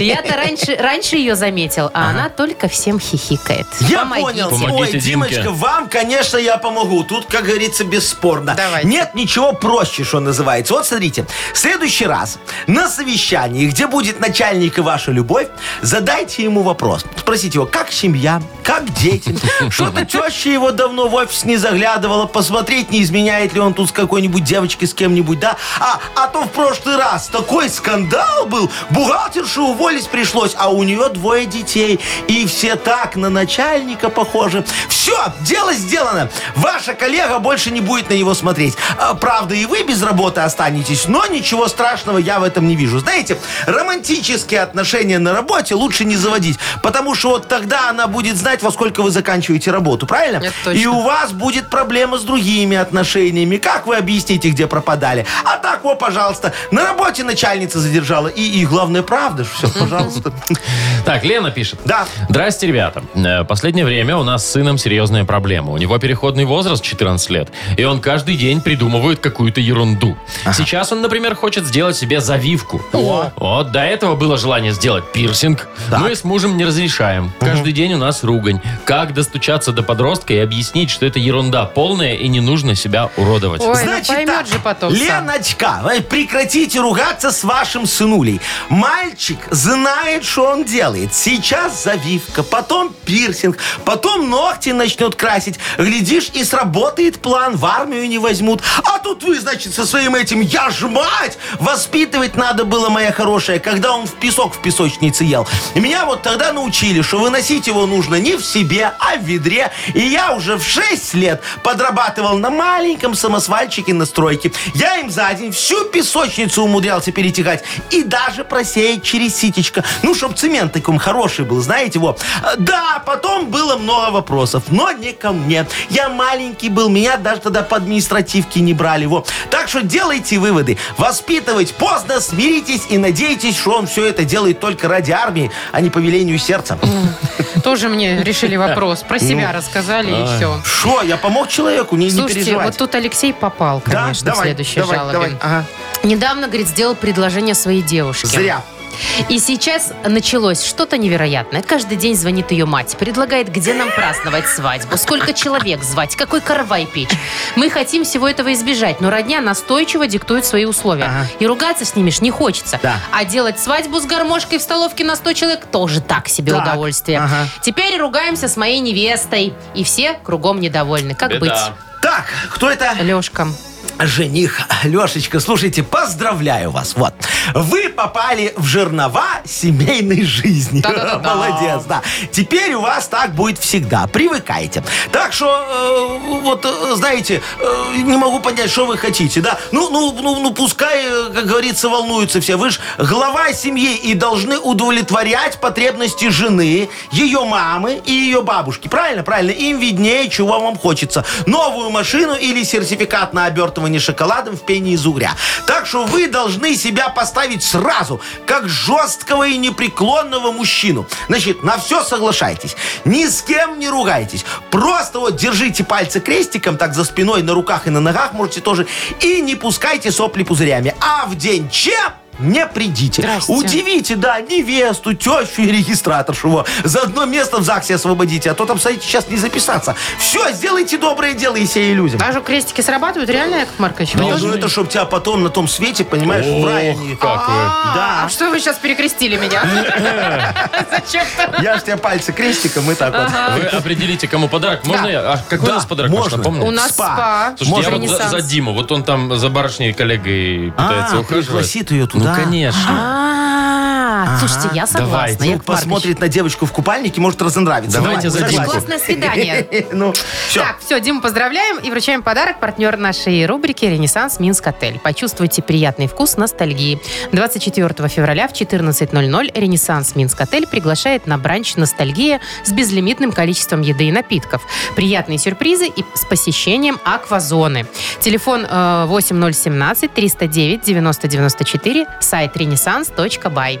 E: Я-то раньше, раньше ее заметил, а она только всем хихикает.
F: Я
E: Помогите.
F: понял.
D: Помогите
F: Ой,
D: Димке.
F: Димочка, вам, конечно, я помогу. Тут, как говорится, бесспорно.
E: Давайте.
F: Нет ничего проще, что называется. Вот смотрите, в следующий раз на совещании, где будет начальник и ваша любовь, задайте ему вопрос. Спросите его, как семья, как дети. Что-то теща его давно в офис не заглядывала, посмотреть, не изменяет ли он тут с какой-нибудь девочкой, с кем-нибудь, да? А, а то в прошлый раз такой скандал был, бухгалтершу уволить пришлось, а у нее двое детей. И все так на начальника похожи. Все, дело сделано. Ваша коллега больше не будет на него смотреть. А, Правда, и вы без работы останетесь, но ничего страшного я в этом не вижу. Знаете, романтические отношения на работе лучше не заводить, потому что вот тогда она будет знать, во сколько вы заканчиваете работу, правильно?
E: Это точно.
F: И у вас будет проблема с другими отношениями. Как вы объясните, где пропадали? А так, вот, пожалуйста, на работе начальница задержала. И, и главное, правда, все, пожалуйста.
D: Так, Лена пишет.
F: Да.
D: Здрасте, ребята. Э, Последнее время у нас с сыном серьезная проблема. У него переходный возраст 14 лет, и он каждый день придумывает какую-то ерунду. Сейчас он, например, хочет сделать себе завивку. Вот, до этого было желание сделать пирсинг. Мы с мужем не разрешаем. Каждый день у нас ругань. Как достучаться до подростка и объяснить, что это ерунда полная и не нужно себя уродовать?
E: Ой, ну поймет же потом сам.
F: Леночка, вы прекратите ругаться с вашим сынулей. Мальчик знает, что он делает. Сейчас завивка, потом пирсинг, потом ногти начнет красить. Глядишь, и сработает план, в армию не возьмут. А тут вы, значит, со своим этим «я ж мать!» Воспитывать надо было, моя хорошая, когда он в песок в песочнице ел. И Меня вот тогда научили, что выносить его нужно не в себе, а в ведре. И я уже в 6 лет подрабатывал на маленьком самосвальчике на стройке. Я им за день всю песочницу умудрялся перетягать и даже просеять через ситечко. Ну, чтоб цемент таким хороший был, знаете, вот. А, Да, потом было много вопросов, но не ко мне. Я маленький был, меня даже тогда по административке не брали, вот. Так что делайте выводы. Воспитывать поздно, смиритесь и надейтесь, объяснить, что он все это делает только ради армии, а не по велению сердца.
E: Тоже мне решили вопрос. Про себя рассказали и все.
F: Что, я помог человеку? Ну, Не, не
E: Слушайте,
F: переживать.
E: вот тут Алексей попал,
F: Да,
E: конечно, в
F: давай,
E: следующей
F: давай,
E: жалобе.
F: давай, ага.
E: Недавно, говорит, сделал предложение своей девушке.
F: Зря.
E: И сейчас началось что-то невероятное. Каждый день звонит ее мать, предлагает, где нам праздновать свадьбу, сколько человек звать, какой каравай печь. Мы хотим всего этого избежать, но родня настойчиво диктует свои условия.
F: Ага.
E: И ругаться с ними ж не хочется.
F: Да.
E: А делать свадьбу с гармошкой в столовке на 100 человек тоже так себе
F: Так,
E: удовольствие.
F: ага.
E: Теперь ругаемся с моей невестой. И все кругом недовольны. Как
D: Беда.
F: Так, кто это?
E: быть? Лешка.
F: Жених. Лешечка, слушайте, поздравляю вас. Вот. Вы попали в жернова семейной жизни.
E: Та-да-да-да.
F: Молодец, да. Теперь у вас так будет всегда. Привыкайте. Так что, э, вот, э, знаете, э, не могу понять, что вы хотите, да? Ну, ну, ну, ну, пускай, э, как говорится, волнуются все. Вы же глава семьи и должны удовлетворять потребности жены, ее мамы и ее бабушки. Правильно, правильно. Им виднее, чего вам хочется. Новую машину или сертификат на обертывание шоколадом в пене из угря. Так что вы должны себя поставить сразу, как жесткого и непреклонного мужчину. Значит, на все соглашайтесь. Ни с кем не ругайтесь. Просто вот держите пальцы крестиком, так за спиной, на руках и на ногах можете тоже. И не пускайте сопли пузырями. А в день Че не придите.
E: Здрасте.
F: Удивите, да, невесту, тещу и регистраторшу. Во. За одно место в ЗАГСе освободите, а то там, кстати, сейчас не записаться. Все, сделайте доброе дело и себе и людям.
E: Даже крестики срабатывают, реально, Яков Маркович?
F: Не, ну это чтобы тебя потом на том свете, понимаешь, в рай не-
D: как вы.
F: Да.
E: А что вы сейчас перекрестили меня? Зачем-то.
F: Я ж тебе пальцы крестиком и так вот.
D: Вы определите, кому подарок. Можно
F: Да.
D: я? А какой у нас
F: Да,
D: подарок?
F: можно.
D: Напомню.
E: У нас
F: Спа.
E: спа.
D: Слушайте, я вот за,
E: Ренессанс.
D: за Диму. Вот он там за барышней коллегой пытается
F: А,
D: ухаживать.
F: пригласит ее
D: Ну,
F: туда.
D: конечно.
E: А, слушайте, я
D: Давайте.
E: согласна.
D: Ну,
E: Яков Маркович.
F: Посмотрит на девочку в купальнике, может разонравится.
D: Давайте за
E: Это же
D: Димку.
F: согласен.
E: классное свидание.
F: Ну, все.
E: Так, все, Дима, поздравляем и вручаем подарок партнер нашей рубрики «Ренессанс Минск Отель». Почувствуйте приятный вкус ностальгии. 24 февраля в 14.00 «Ренессанс Минск Отель» приглашает на бранч «Ностальгия» с безлимитным количеством еды и напитков. Приятные сюрпризы и с посещением аквазоны. Телефон э, 8017-309-9094, сайт renaissance.by.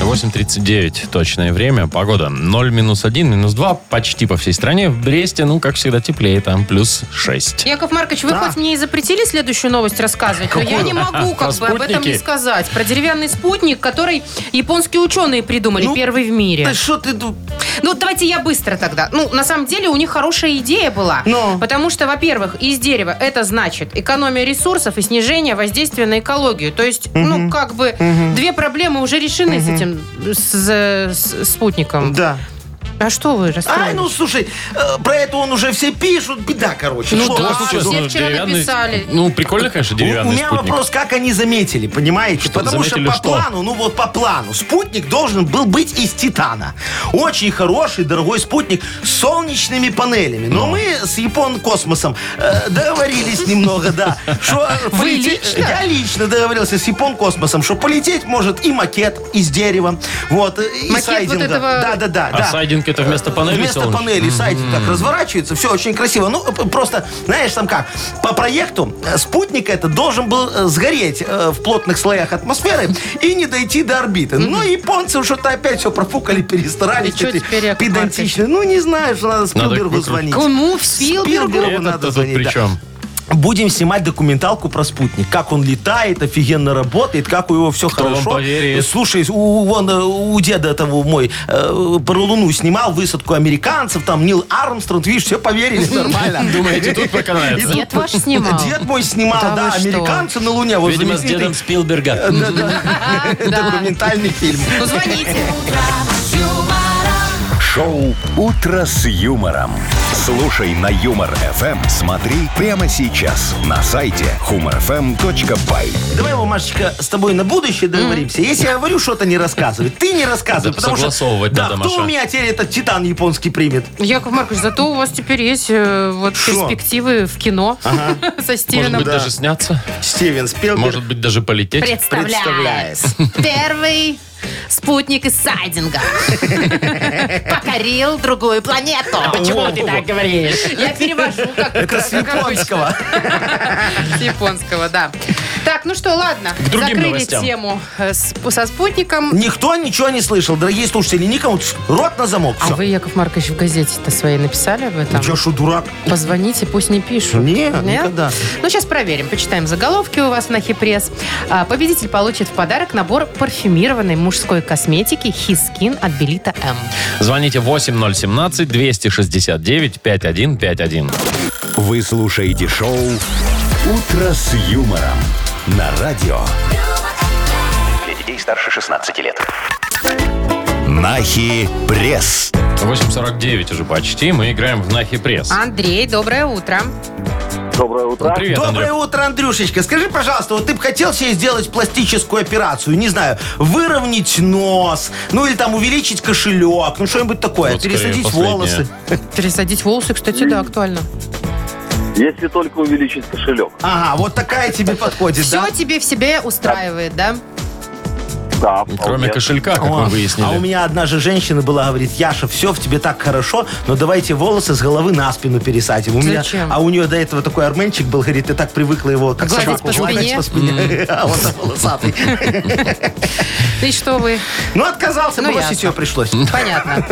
D: 8.39 точное время. Погода 0 минус 1, минус 2 почти по всей стране. В Бресте, ну, как всегда, теплее. Там плюс 6.
E: Яков Маркович, вы
F: Да.
E: хоть мне и запретили следующую новость рассказывать, но я не могу
D: Про
E: как бы об этом
D: спутники?
E: не сказать. Про деревянный спутник, который японские ученые придумали,
F: Ну,
E: первый в мире.
F: Да что ты... ду-
E: Ну, вот давайте я быстро тогда. Ну, на самом деле, у них хорошая идея была.
F: Ну?
E: Потому что, во-первых, из дерева это значит экономия ресурсов и снижение воздействия на экологию. То есть, ну, как бы, две проблемы уже решены с этим, с, с спутником.
F: Да.
E: А что вы расстроились?
F: Ай, ну слушай, э, про это он уже все пишут. Беда, короче.
E: Ну
F: Что
E: да,
F: у вас
E: все
F: случилось?
E: вчера
D: деревянный-
E: написали.
D: Ну, прикольно, конечно,
F: У- У
D: деревянный
F: меня
D: спутник.
F: вопрос, как они заметили, понимаете?
D: Что,
F: Потому
D: заметили
F: что по
D: что?
F: плану, ну вот по плану, спутник должен был быть из титана. Очень хороший, дорогой спутник с солнечными панелями.
D: Ну.
F: Но мы с Япон Космосом э, договорились немного, да. Что
E: Вы
F: полете-
E: лично?
F: Я лично договорился с Япон Космосом, что полететь может и макет из дерева, вот, и
E: Макет вот
F: сайдинга.
E: этого-
F: Да, да, да.
D: А
F: да. Э,
D: сайдинг это вместо панели
F: Вместо
D: солнечной?
F: панели сайдинг так разворачивается, все очень красиво. Ну, п- просто, знаешь, там как, по проекту э, спутник это должен был э, сгореть э, в плотных слоях атмосферы и не дойти до орбиты. Ну, Но японцы что-то опять все профукали, перестарались.
E: И чё
F: какие-то
E: теперь, Яков
F: Педантичные. Ну, не знаю, что надо Спилбергу
D: выкрутить.
F: звонить.
E: Кому в Спилбергу?
F: Спилбергу
D: Этот-то
F: надо
D: тут
F: звонить,
D: при
F: да.
D: чем?
F: Будем снимать документалку про спутник. Как он летает, офигенно работает, как у него все
D: Кто вам
F: хорошо.
D: поверит?
F: Слушай, у, вон, э, у деда этого мой э, про Луну снимал высадку американцев, там Нил Армстронг, видишь, все поверили, нормально.
D: Думаете, тут проканается?
E: Дед ваш снимал.
F: Дед мой снимал,
E: Да
F: да,
E: вы что?
F: американцы на Луне. Вот
D: Видимо, с дедом
F: знаменитый Э,
D: Спилберга.
F: документальный фильм.
E: Ну, звоните.
A: Шоу «Утро с юмором». Слушай на Юмор ФМ. Смотри прямо сейчас на сайте humorfm.by.
F: Давай его, Машечка, с тобой на будущее договоримся. Если я говорю, что-то не рассказывай. Ты не рассказывай,
D: Да,
F: потому что...
D: согласовывать
F: да,
D: надо,
F: кто
D: Маша.
F: у меня теперь этот титан японский примет?
E: Яков Маркович, зато у вас теперь есть э, вот
F: Шо?
E: перспективы в кино со
D: Может
E: Стивеном.
D: быть, даже сняться?
F: Стивен Спилберг.
D: Может быть, даже полететь?
E: Представляет. Первый Спутник из Сайдинга. Покорил другую планету.
D: А Почему ты так говоришь?
E: Я перевожу как
F: Это с
E: как обычно.
F: японского.
E: С японского, да. Так, ну что, ладно.
D: другим
E: Закрыли
D: новостям.
E: тему э, с- со спутником.
F: Никто ничего не слышал, дорогие слушатели. Никому рот на замок.
E: А
F: Все.
E: вы, Яков Маркович, в газете-то своей написали об этом?
F: Че, шо, дурак?
E: Позвоните, пусть не пишут.
F: Не, никогда.
E: Ну, сейчас проверим. Почитаем заголовки у вас на Хипресс. А, победитель получит в подарок набор парфюмированной мужской косметики His Skin от Белита М.
D: Звоните 8017-269-5151.
A: Вы слушаете шоу «Утро с юмором» на радио
G: Для детей старше 16 лет.
A: «Нахи Пресс».
D: 8.49 уже почти. Мы играем в Нахи Пресс.
F: А,
E: Андрей, доброе утро.
H: Доброе утро.
D: Привет,
F: Доброе
D: Андрюх.
F: утро, Андрюшечка. Скажи, пожалуйста, вот ты бы хотел себе сделать пластическую операцию, не знаю, выровнять нос, ну или там увеличить кошелек, ну что-нибудь такое,
D: Вот скорее
F: пересадить
D: последнее.
F: волосы.
E: Пересадить волосы, кстати, да, актуально.
H: Если только увеличить кошелек.
F: Ага, вот такая тебе подходит,
E: Все
F: да?
E: тебе в себе устраивает, да?
H: Да,
D: Кроме
H: вполне.
D: кошелька, как мы
F: О,
D: выяснили.
F: А у меня одна же женщина была, говорит, Яша, все в тебе так хорошо, но давайте волосы с головы на спину пересадим. У меня-
E: Зачем?
F: а у нее до этого такой арменчик был, говорит, ты так привыкла его как
E: Гладить
F: собаку
E: по спине?
F: гладить по спине. А он волосатый.
E: И что вы?
F: Ну, отказался,
E: Ну,
F: бросить
E: ясно.
F: ее пришлось.
E: Понятно.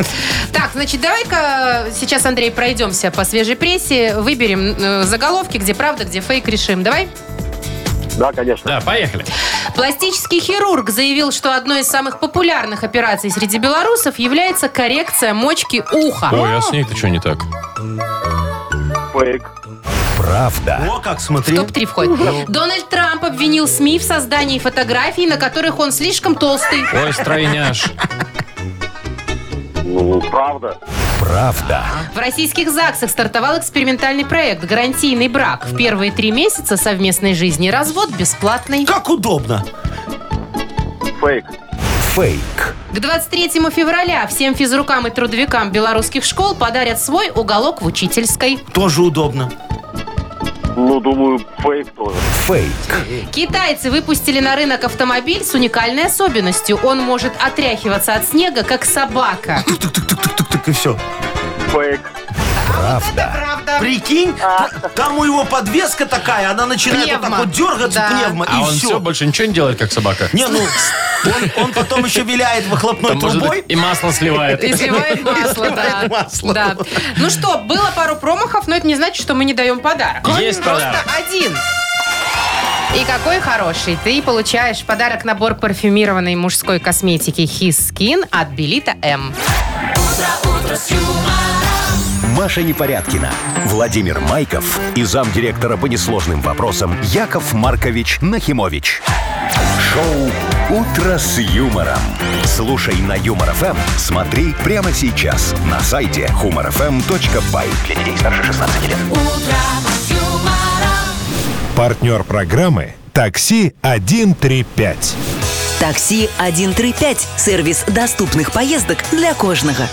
E: Так, значит, давай-ка сейчас, Андрей, пройдемся по свежей прессе, выберем э, заголовки, где правда, где фейк, решим. Давай.
H: Да, конечно.
D: Да, поехали.
E: Пластический хирург заявил, что одной из самых популярных операций среди белорусов является коррекция мочки уха.
D: Ой, а с ней-то что не так?
H: Фейк.
A: Правда.
F: О, как, смотри.
E: Топ-3 входит. Дональд Трамп обвинил СМИ в создании фотографий, на которых он слишком толстый.
D: Ой, стройняш.
H: Ну, правда.
A: Правда.
E: В российских ЗАГСах стартовал экспериментальный проект «Гарантийный брак». В первые три месяца совместной жизни развод бесплатный.
F: Как удобно.
H: Фейк.
A: Фейк.
E: К 23 февраля всем физрукам и трудовикам белорусских школ подарят свой уголок в учительской.
F: Тоже удобно.
H: Ну, думаю, фейк тоже.
A: Фейк.
E: Китайцы выпустили на рынок автомобиль с уникальной особенностью. Он может отряхиваться от снега, как собака.
F: Тук-тук-тук-тук-тук-тук, и все.
H: Фейк.
E: Правда?
F: Прикинь, та- там у него подвеска такая, она начинает вот так
E: Пневма.
F: вот дергаться,
E: Да.
F: пневма,
D: А
F: и
D: он
F: все.
D: все, больше ничего не делает, как собака.
F: Не, ну, он, он потом еще виляет выхлопной
D: Там, может,
F: трубой.
D: и масло сливает.
E: И сливает масло, да.
F: сливает масло.
E: Да. Ну что, было пару промахов, но это не значит, что мы не даем подарок.
D: Есть
E: Просто
D: подарок.
E: один. И какой хороший. Ты получаешь подарок набор парфюмированной мужской косметики His Skin от Белита М.
A: Маша Непорядкина, Владимир Майков и замдиректора по несложным вопросам Яков Маркович Нахимович. Шоу «Утро с юмором». Слушай на Юмор ФМ, смотри прямо сейчас на сайте humorfm.by.
G: Для детей старше 16 лет.
B: Партнер программы «Такси 135».
C: Такси 135 – сервис доступных поездок для кожного.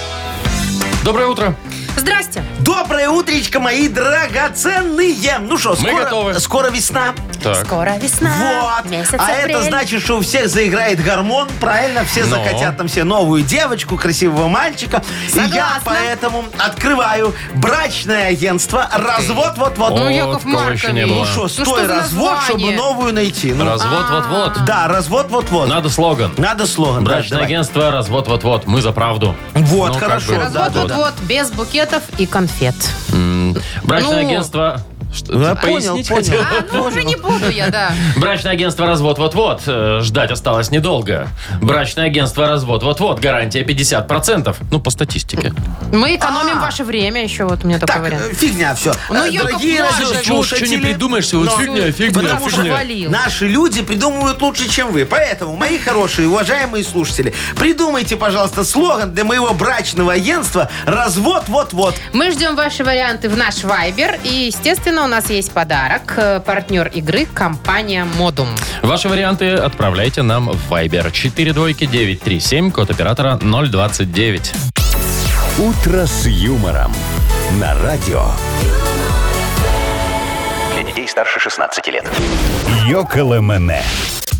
D: Доброе утро.
E: Здрасте.
F: Доброе утречко, мои драгоценные. Ну что,
D: Мы готовы.
F: скоро, скоро весна.
D: Так.
E: Скоро весна.
F: Вот.
E: Месяц
F: а это
E: апрель.
F: значит, что у всех заиграет гормон, правильно? Все
D: Но.
F: захотят там все новую девочку, красивого мальчика. И я
E: Согласна.
F: поэтому открываю брачное агентство. Развод вот-вот.
D: О,
E: Ну, Яков
D: такого еще не
E: Маркович.
D: было.
F: Ну что,
E: что
F: стой
E: за
F: развод, чтобы
E: название?
F: новую найти. Ну,
D: Развод вот-вот.
F: Да, развод вот-вот. Надо,
D: Надо слоган.
F: слоган. да,
D: Брачное
F: давай.
D: агентство, развод вот-вот. Мы за правду.
F: Вот,
D: Ну, как
F: хорошо.
D: бы
F: да,
D: вот
E: Развод
F: да,
E: вот
F: да.
E: вот без букетов и конфет.
D: Брачное
E: Ну.
D: агентство... Что,
F: Да,
D: ты
F: Ну, понял,
D: пояснить
F: понял.
D: хотел?
E: А, ну уже не буду я, да.
D: Брачное агентство «Развод вот-вот». Э, Ждать осталось недолго. Брачное агентство «Развод вот-вот». Гарантия 50%. Ну, по статистике.
E: Мы экономим ваше время еще, вот у меня такой
F: А. Так,
E: вариант.
F: э, фигня, все.
E: Ну, Яков
F: Дорогие
E: Маркович,
F: радиослушатели,
D: Вот
F: но-
E: Ну, Потому
F: Потому что
E: фигня. Валил.
F: наши люди придумывают лучше, чем вы. Поэтому, мои хорошие, уважаемые слушатели, придумайте, пожалуйста, слоган для моего брачного агентства «Развод вот-вот».
E: Мы ждем ваши варианты в наш Вайбер. И, естественно, у нас есть подарок. Э, Партнер игры – компания «Модум».
D: Ваши варианты отправляйте нам в Viber. 4 двойки 937, код оператора 029.
A: «Утро с юмором» на радио
G: Для детей старше 16 лет.
B: Йоколэмэне.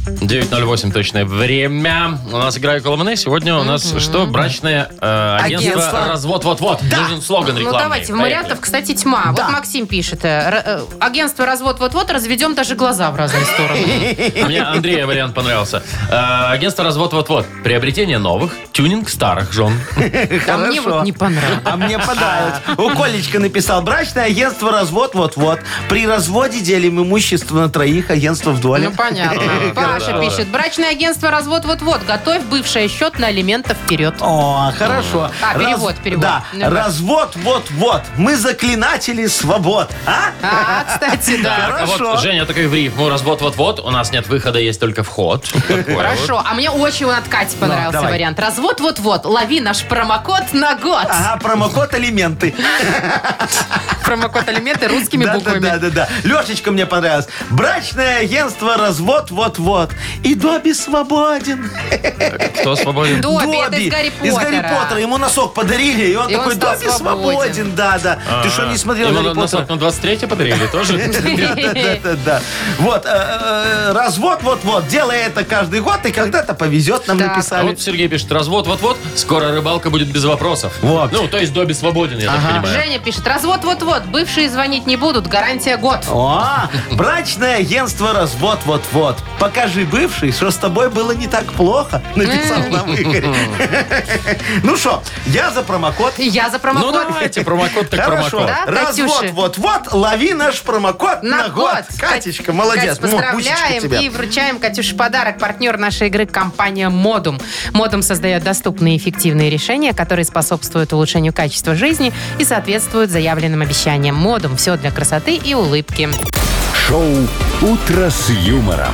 D: 9.08 точное время. У нас игра Коломны. Сегодня у нас что? Брачное э, агентство,
F: Агентство.
D: развод. Вот-вот. Нужен слоган
E: Ну
D: рекламный.
E: давайте, вариантов,
D: Поехали.
E: кстати, тьма.
F: Да.
E: Вот Максим пишет, э, р- э, агентство развод вот-вот, разведем даже глаза в разные стороны.
D: А Мне Андрея вариант понравился. Э, агентство развод вот-вот. Приобретение новых, тюнинг старых жен.
E: А мне вот не понравилось.
F: А мне понравилось. У Колечка написал, брачное агентство развод вот-вот. При разводе делим имущество на троих, агентство вдвое.
E: Ну, понятно. Паша пишет. Брачное агентство «Развод вот-вот». Готовь бывший счет на алиментов вперед.
F: О, хорошо.
E: А, перевод, перевод. Ну,
F: Да,
E: Давай.
F: развод вот-вот. Мы заклинатели свобод. А?
E: А, кстати, да.
D: Так, а вот,
F: Хорошо.
D: Женя, такой в рифму. Развод вот-вот. У нас нет выхода, есть только вход. Такое вот.
E: Хорошо. А мне очень он от Кати понравился
F: Ну, давай.
E: вариант. «Развод вот-вот». Лови наш промокод на год.
F: Ага, промокод алименты.
E: Промокод алименты русскими
F: Да, да, да,
E: буквами.
F: да, да. Лешечка мне понравилось. Брачное агентство развод вот-вот. И Добби свободен.
D: Кто свободен?
E: Добби, это из Гарри Поттера.
F: Из Гарри Поттера. Ему носок подарили, и он
E: И он
F: такой,
E: стал
F: Добби свободен.
E: свободен.
F: Да, да. Ты что, не смотрел
D: Ему
F: Гарри
D: А, на
F: Поттера?
D: сорок на 23 подарили тоже?
F: Да, да, да. Вот, э, э, развод вот-вот. Делай это каждый год, и когда-то повезет, нам
E: Так.
D: А
F: написали.
D: вот Сергей пишет, развод вот-вот, скоро рыбалка будет без вопросов.
F: Вот.
D: Ну, то есть Добби свободен, я так понимаю.
E: Женя пишет. «Развод вот-вот». Бывшие звонить не будут. Гарантия год.
F: О, брачное агентство развод вот-вот. Покажи бывший, что с тобой было не так плохо, написал нам Игорь. Ну что, я за промокод.
E: И Я за
D: Ну,
E: промокод.
D: давайте, промокод так
F: Хорошо.
D: промокод.
E: Да,
F: Развод
E: Катюша?
F: вот-вот, лови наш промокод
E: на год.
F: Катечка,
E: Кать,
F: молодец.
E: Кать,
F: Ну, бусечка
E: поздравляем
F: тебе.
E: и вручаем Катюше подарок. Партнер нашей игры – компания «Модум». «Модум» создает доступные и эффективные решения, которые способствуют улучшению качества жизни и соответствуют заявленным обещаниям. «Модум» – все для красоты и улыбки.
A: Шоу «Утро с юмором»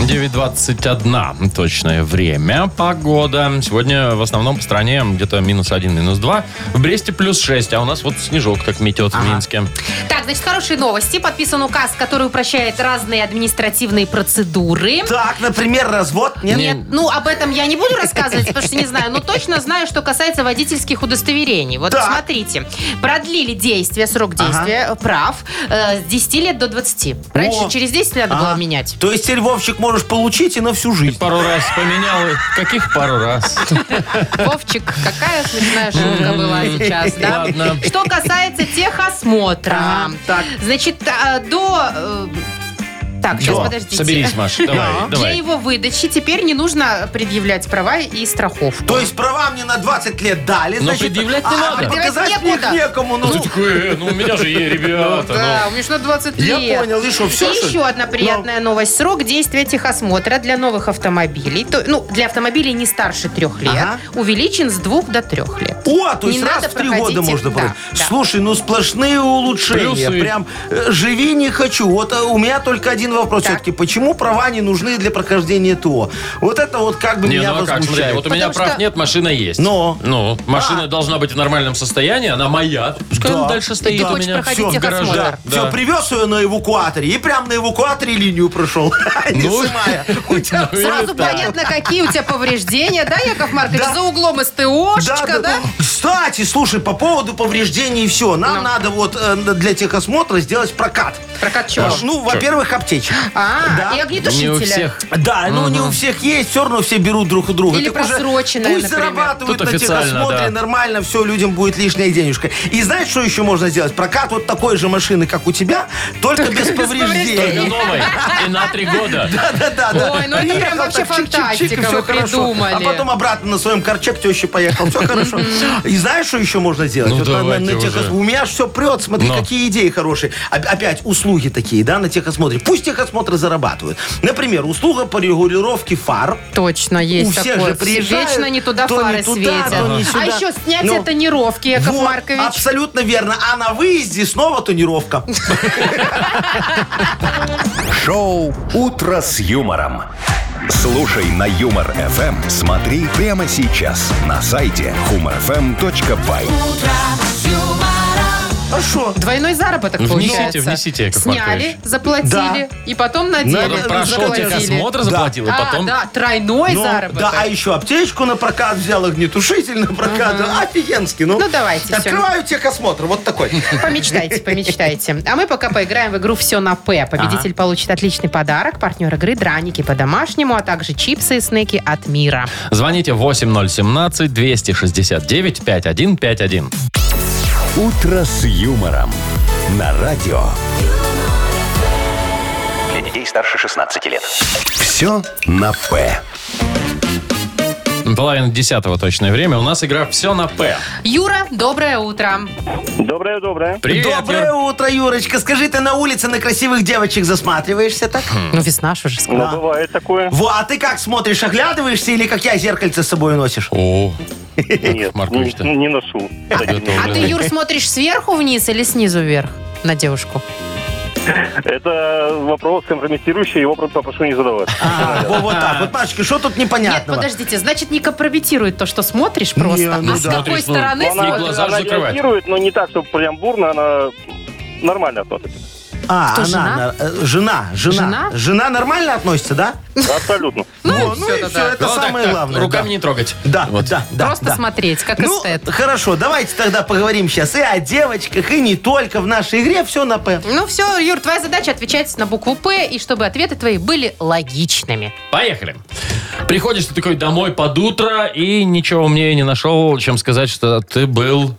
D: 9.21 точное время. Погода. Сегодня в основном по стране где-то минус 1, минус 2. В Бресте плюс 6, а у нас вот снежок так метет в Минске.
E: Так, значит, хорошие новости. Подписан указ, который упрощает разные административные процедуры.
F: Так, например, развод, нет?
E: Нет, ну об этом я не буду рассказывать, потому что не знаю, но точно знаю, что касается водительских удостоверений. Вот
F: Так.
E: смотрите, продлили действие, срок действия прав э, с 10 лет до 20. Раньше
F: О.
E: через 10 надо было
F: А,
E: менять.
F: То есть теперь, Вовчик, можешь получить и на всю жизнь.
D: Пару раз поменял. Каких пару раз?
E: Вовчик, какая смешная шутка была сейчас, да?
D: Ладно.
E: Что касается техосмотра.
F: Ага, так.
E: Значит, а, до... э, Так, сейчас
D: Чё?
E: подождите.
D: Соберись, Маша. Давай,
E: Для
D: давай.
E: его выдачи теперь не нужно предъявлять права и страховку.
F: То есть права мне на 20 лет дали,
D: Но
F: значит...
D: предъявлять не
F: а,
D: надо.
F: а Показать
E: Предъявлять
F: мне
E: некуда.
F: их некому. Ну,
D: Ты такой, «Э, ну у меня же есть ребята. ну».
E: Да, у меня же на 20
F: Я
E: лет.
F: понял, и что, Ну. все,
E: И
F: что ли?
E: еще одна приятная новость. Срок действия техосмотра для новых автомобилей, то- ну, для автомобилей не старше трех лет,
F: Ага.
E: увеличен с двух до трех лет.
F: О, то есть
E: Не
F: раз
E: надо
F: в три
E: проходить
F: года
E: их,
F: можно
E: да,
F: брать.
E: да.
F: Слушай, ну сплошные улучшения.
D: Плюсы.
F: Прям э, живи не хочу. Вот э, у меня только один вопрос
E: Так.
F: все-таки. Почему права не нужны для прохождения ТО? Вот это вот как бы
D: Не,
F: меня
D: ну а как, смотри,
F: возмущает.
D: вот у меня
E: Потому
D: прав
E: что- А.
D: нет, машина есть.
F: Ну?
D: Ну, машина должна быть в нормальном состоянии, она моя. Пускай
F: Да.
D: она дальше стоит
E: Ты
D: у
E: хочешь
D: меня.
E: проходить
D: Всё, в
E: техосмотр?
D: гараже. Да.
F: Все, привез ее на эвакуаторе. И прям на эвакуаторе линию прошел. Не
D: Ну.
F: снимая. Утер.
D: Ну,
E: Сразу
D: или так.
E: понятно, какие у тебя повреждения, да, Яков Маркович?
F: Да.
E: За углом СТОшечка, да? Ну.
F: Кстати, слушай, по поводу повреждений и все. Нам надо вот э, для техосмотра сделать прокат.
E: Прокат чего?
F: Ну, во-первых, аптечек.
E: А,
F: Да.
E: и
D: Не
E: огнетушителя.
D: у всех.
F: Да, ну не у всех есть, все равно все берут друг у друга.
E: Или
F: Так уже
E: просроченное,
F: Пусть
E: например.
F: зарабатывают
D: Тут
F: на
D: официально,
F: техосмотре,
D: да.
F: нормально, все, людям будет лишняя денежка. И знаешь, что еще можно сделать? Прокат вот такой же машины, как у тебя, только без
D: Только
F: повреждений.
D: новой. И на три года.
F: Да-да-да.
E: Ой, ну это прям вообще фантастика, вы
F: А
E: придумали.
F: потом обратно на своем корче к теще поехал. Все хорошо. И знаешь, что еще можно делать?
D: Ну,
F: Вот на- на-
D: давайте
F: на
D: уже.
F: техос- У меня все прет, смотри,
D: Но.
F: какие идеи хорошие. Оп- Опять услуги такие, да, на техосмотре. Пусть техосмотры зарабатывают. Например, услуга по регулировке фар.
E: Точно, есть
F: У всех
E: такое.
F: же приезжают,
E: Вечно не туда
F: то не
E: фары
F: туда,
E: светят.
F: то не
E: а
F: сюда.
E: еще снятие
F: Ну,
E: тонировки, Яков
F: Вот,
E: Маркович.
F: Абсолютно верно. А на выезде снова тонировка.
A: Шоу «Утро с юмором». Слушай на Юмор ФМ. Смотри прямо сейчас на сайте humorfm.by.
J: с юмором.
F: А что?
E: Двойной заработок
D: Внесите,
E: получается.
D: внесите, Яков
E: Сняли,
D: Маркович.
E: заплатили
F: Да.
E: и потом надели.
D: Потом прошел
E: заплатили.
D: техосмотр, заплатил, и
E: А,
D: потом...
E: да, тройной
F: Ну,
E: заработок.
F: да, а еще аптечку на прокат взял, огнетушитель на прокат. Офигенский. Ну,
E: Ну, давайте, всё.
F: Открываю техосмотр. Вот такой.
E: Помечтайте, помечтайте. А мы пока поиграем в игру «Все на П». Победитель получит отличный подарок. Партнер игры «Драники по-домашнему», а также чипсы и снеки от мира.
D: Звоните 8017-269-5151.
A: «Утро с юмором» на радио.
G: Для детей старше 16 лет.
A: Все на «П».
D: Половина десятого точное время. У нас игра «Все на П».
E: Юра, доброе утро.
I: Доброе-доброе.
D: Привет,
F: Доброе
D: Юр.
F: утро, Юрочка. Скажи, ты на улице на красивых девочек засматриваешься так?
D: Хм.
E: Ну, весна ж уже скоро.
I: бывает такое.
F: Во, а ты как смотришь, оглядываешься или как я зеркальце с собой носишь?
D: О,
I: Нет,
D: Маркович, да.
I: не, не ношу.
E: А ты,
D: готовленный.
E: Юр, смотришь сверху вниз или снизу вверх на девушку?
I: Это вопрос компрометирующий, его просто прошу не задавать.
F: А, во, вот так. Вот, Машечка, что тут
E: Нет,
F: непонятного?
E: подождите, значит, не компрометирует то, что смотришь просто.
F: Не, ну
E: а с
F: да.
E: какой
D: Смотришь, ну,
E: стороны
D: ну, она-
E: смотришь?
D: глаза же
I: она
D: закрывает.
I: реагирует, но не так, чтобы прям бурно, она нормально относится.
F: А,
E: Кто,
F: она,
E: жена?
F: на- э, жена, жена.
E: Жена?
F: нормально относится, да?
I: Абсолютно.
F: Ну, ну
E: всё
F: и
E: тогда.
F: все, это
D: Ну, так,
F: самое
D: так,
F: главное.
D: Руками
F: да.
D: не трогать.
F: Да,
D: Вот.
F: да, да.
E: Просто
F: да.
E: смотреть, как
F: ну,
E: эстет.
F: хорошо, давайте тогда поговорим сейчас и о девочках, и не только в нашей игре. Все на П.
E: Ну все, Юр, твоя задача отвечать на букву «П», и чтобы ответы твои были логичными.
D: Поехали. Приходишь ты такой домой под утро и ничего умнее не нашел, чем сказать, что ты был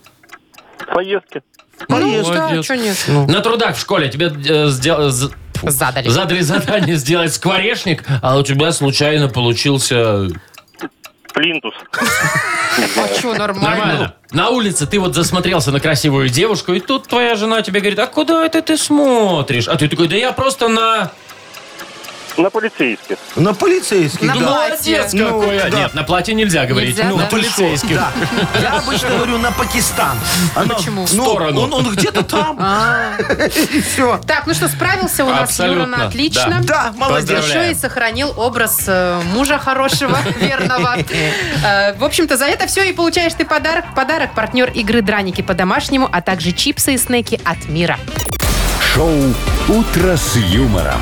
I: Поездки.
E: Ну,
F: Поездки.
D: Молодец. Ну.
E: чё нет?
D: на трудах в школе. Тебе э, сдел- з- фу,
E: Задали.
D: задали задание сделать скворечник, а у тебя случайно получился...
I: Плинтус.
E: А что,
D: Нормально. На улице ты вот засмотрелся на красивую девушку, и тут твоя жена тебе говорит, а куда это ты смотришь? А ты такой, да я просто на...
I: На полицейских.
F: На полицейских,
E: На
F: да.
E: молодец
F: Ну,
D: какой!
F: да.
D: Нет, на платье нельзя говорить.
E: Нельзя,
D: ну,
E: да?
D: на полицейских.
F: Да. Я обычно говорю на Пакистан. Оно-
E: Почему?
F: ну,
D: А В сторону. А.
F: Он, он где-то там. Все.
E: Так, ну что, справился у нас
D: Абсолютно,
E: Юра на отлично.
F: Да, молодец.
D: Поздравляем.
E: Еще и сохранил образ э, мужа хорошего, верного. Э, В общем-то, за это все и получаешь ты подарок. Подарок партнер игры «Драники по-домашнему», а также чипсы и снеки от мира.
A: Шоу «Утро с юмором»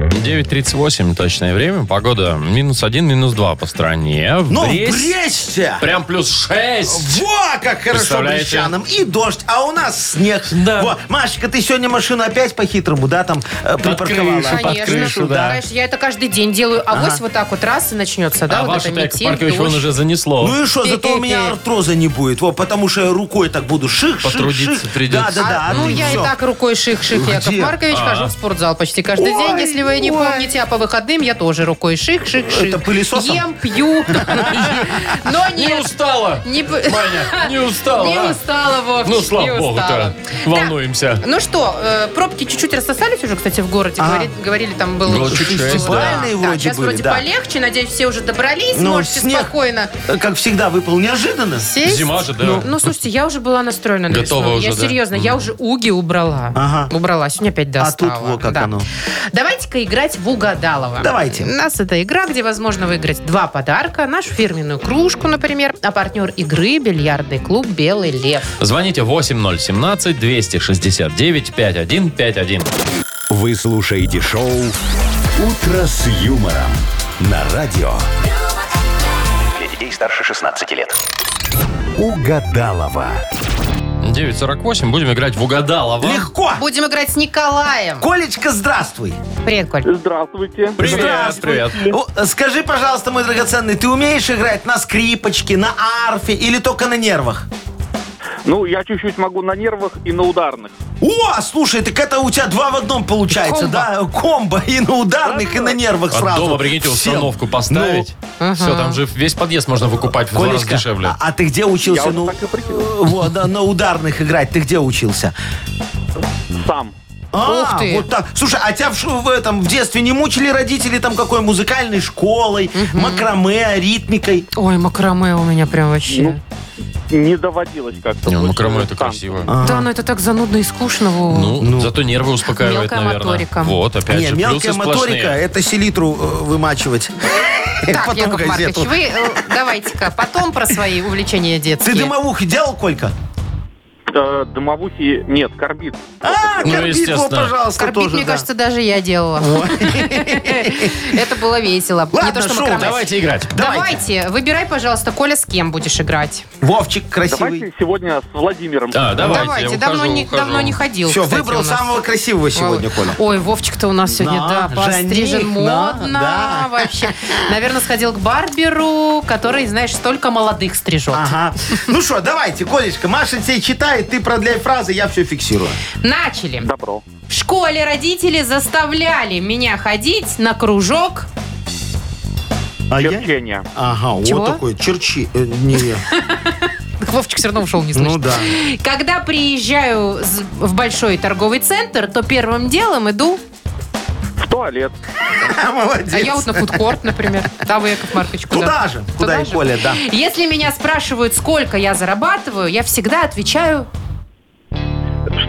D: 9.38 точное время. Погода минус один, минус два по стране. В
F: Ну,
D: Брест-
F: Бресте!
D: Прям плюс 6.
F: Во, как хорошо
D: Представляете?
F: брещанам. И дождь, а у нас снег.
D: Да.
F: Во, Машечка, ты сегодня машину опять по-хитрому, да, там э, припарковала?
D: крышу. Под крышу, да.
E: Конечно, я это каждый день делаю. А вот вот так вот раз и начнется, да?
D: а
E: вот
D: ваш
E: это
D: Яков
E: метель,
D: Маркович, вон
E: дождь.
D: уже занесло.
F: Ну и что, зато у меня артроза не будет, во, потому что я рукой так буду шик, шик,
D: Потрудиться
F: шик.
D: придется.
F: Да, да, да.
E: А, ну,
F: ты
E: я
F: всё.
E: и так рукой ших-ших,
F: Где?
E: Яков Маркович, хожу в спортзал почти каждый день. Если вы не помните, а по выходным я тоже рукой ших-ших-ших.
F: Это пылесосом?
E: Ем, пью. Но
D: Не
E: нет.
D: устала,
E: Не п-
D: Маня, не устала.
E: Не
D: а?
E: устала вовсе.
D: Ну,
E: не
D: слава
E: устала.
D: богу-то. Волнуемся.
E: Так, Ну что, э, пробки чуть-чуть рассосались уже, кстати, в городе.
F: Ага.
E: Говорит- Говорили, там было...
D: Было чуть
E: что-
D: шесть, да.
F: Буквально и вроде
E: сейчас
F: были,
E: вроде
F: да.
E: полегче. Надеюсь, все уже добрались.
F: Ну,
E: Можете
F: снег.
E: спокойно
F: Э, Как всегда, выпал неожиданно.
E: сесть.
D: Зима же, да.
E: Ну, ну, слушайте, я уже была настроена на
D: Готова
E: весну.
D: уже,
E: Я
D: да?
E: серьезно, я уже уги убрала.
F: Ага. А
E: Убрала, сегодня опять достала.
F: тут вот как
E: Да.
F: оно.
E: Давайте-ка играть в угадалово.
F: Давайте.
E: У нас это игра, где возможно выиграть два подарка. Нашу фирменную кружку, например, а партнер игры – бильярдный клуб «Белый лев».
D: Звоните 8017-269-5151.
A: Вы слушаете шоу «Утро с юмором» на радио.
G: Для детей старше 16 лет.
A: Угадалова.
D: 9.48. Будем играть в угадалово.
F: Легко.
E: Будем играть с Николаем.
F: Колечка, здравствуй.
E: Привет, Коль.
I: Здравствуйте.
D: Привет,
F: Здравствуй.
D: привет.
F: О, Скажи, пожалуйста, мой драгоценный, ты умеешь играть на скрипочке, на арфе или только на нервах?
I: Ну, я чуть-чуть могу на нервах и на ударных.
F: О, слушай, так это у тебя два в одном получается,
E: Комбо.
F: да? Комбо и на ударных, и на нервах
D: От
F: сразу.
D: дома, прикиньте,
F: Всем. Ну.
D: установку поставить. Все, там же весь подъезд можно выкупать в два раза
F: Колечка,
D: дешевле.
F: а, а ты где
I: Я
F: учился?
I: уже
F: ну,
I: так и прикинул.
F: э, вот, да, на ударных играть, ты где учился?
I: Сам.
F: А,
E: Ух ты.
F: вот так. Слушай, а тебя в, ш- в этом в детстве не мучили родители там какой музыкальной школой, макраме, ритмикой?
E: Ой, макраме у меня прям вообще.
I: Ну, Не доводилось как-то.
D: Не, ну,
I: Больше
D: макроме это
I: сам.
D: красиво.
F: А,
E: Да, но это так занудно и скучно. Вова.
D: Ну, зато нервы успокаивает,
E: Мелкая
D: наверное.
E: моторика.
D: Вот, опять
F: не,
D: же,
F: мелкая
D: плюсы
F: моторика э,
D: сплошные.
F: это селитру э, вымачивать.
E: Так,
F: потом
E: Яков Маркович,
F: газету.
E: вы э, давайте-ка потом про свои увлечения детские.
F: Ты дымовухи делал, Колька?
D: Ну,
I: Э, Домовухи нет, корбит.
F: А,
D: Ну,
F: корбит его,
D: естественно.
F: пожалуйста,
E: Карпит,
F: тоже,
E: мне
F: да.
E: кажется, даже я делала. Это было весело. Не то,
F: Ладно,
E: что
F: шоу,
E: макромать.
D: Давайте играть.
E: Давайте, выбирай, пожалуйста, Коля, с кем будешь играть.
F: Вовчик красивый.
I: Давайте сегодня с Владимиром.
D: А, давайте. я ухожу,
E: давно не
D: ухожу.
E: давно не ходил.
F: Все,
E: кстати, у
F: выбрал
E: нас.
F: самого красивого сегодня, Коля.
E: Ой, Вовчик-то у нас сегодня, да,
F: Да,
E: пострижен
F: жених, да,
E: модно
F: да.
E: вообще. Наверное, сходил к барберу, который, знаешь, столько молодых стрижет.
F: Ага. Ну что, давайте, Колечка, Маша тебе читает, ты продляй фразы, я все фиксирую.
E: Начали.
I: Добро.
E: В школе родители заставляли меня ходить на кружок.
F: А я-
I: Черчение.
F: Ага,
E: Чего?
F: вот такой, черчи. э, не я.
E: Вовчик все равно ушел, не слышно.
F: Ну да.
E: Когда приезжаю з- в большой торговый центр, то первым делом иду...
I: В туалет.
F: Молодец.
E: А я вот на фудкорт, например. Да, вы, Яков Маркович, куда?
F: Туда же,
E: Туда
F: куда и
E: же?
F: Коля, да.
E: Если меня спрашивают, сколько я зарабатываю, я всегда отвечаю...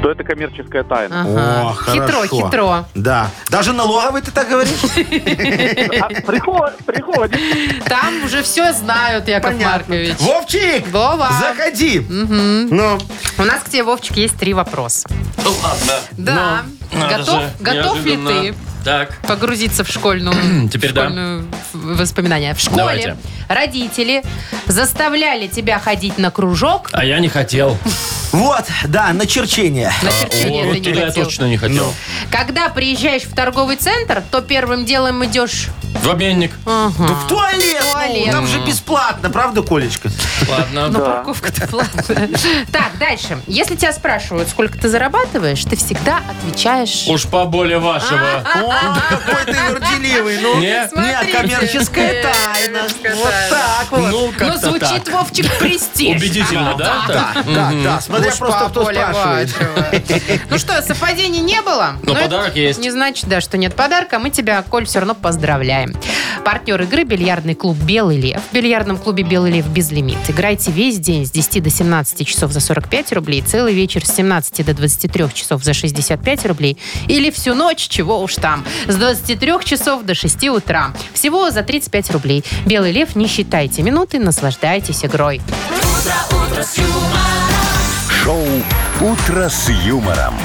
I: Что это коммерческая тайна?
F: О,
E: хитро,
F: хорошо.
E: хитро.
F: Да. Даже налоговый ты так говоришь?
I: А, приход- Приходит.
E: Там уже все знают, Яков Маркович.
F: Вовчик!
E: Вова.
F: Заходи! Ну,
E: У нас к тебе, Вовчик, есть три вопроса.
D: Ну,
E: Да.
D: э,
E: готов готов ли ты
D: Так.
E: погрузиться в школьную,
D: Теперь
E: в
D: да.
E: школьную в- воспоминания? В школе
D: Давайте.
E: родители заставляли тебя ходить на кружок,
D: А я не хотел.
F: вот, да, на черчение.
E: на черчение
D: Вот
E: ты не
D: туда я
E: хотел.
D: точно не хотел.
E: Когда приезжаешь в торговый центр, то первым делом идешь...
D: В обменник.
F: Да в туалет! ну,
E: туалет.
F: там же бесплатно, правда, Колечка?
D: Ладно.
E: Но парковка-то платная. Так, дальше. Если тебя спрашивают, сколько ты зарабатываешь, ты всегда отвечаешь...
D: Уж поболее
E: А,
D: вашего.
F: О, какой ты горделивый, ну.
D: Не? а
E: Смотрите.
F: Не, коммерческая тайна. Вот так вот.
D: Ну,
E: Ну,
D: как-то
E: звучит,
D: так.
E: Вовчик, престиж.
D: Убедительно, да?
F: Да,
D: так?
F: Ну, да, да. Смотря
E: Уж
F: просто кто
E: Паполя
F: спрашивает.
E: Вачева. Ну что, совпадений не было?
D: Но
E: Ну, это
D: подарок есть.
E: Не значит, да, что нет подарка. Мы тебя, Коль, все равно поздравляем. Партнер игры – бильярдный клуб «Белый лев». В бильярдном клубе «Белый лев» безлимит. Играйте весь день с 10 до 17 часов за 45 рублей, целый вечер с 17 до 23 часов за 65 рублей или всю ночь, чего уж там, с 23 часов до 6 утра. Всего за 35 рублей. «Белый лев» не считайте минуты, наслаждайтесь игрой.
A: Шоу «Утро с юмором».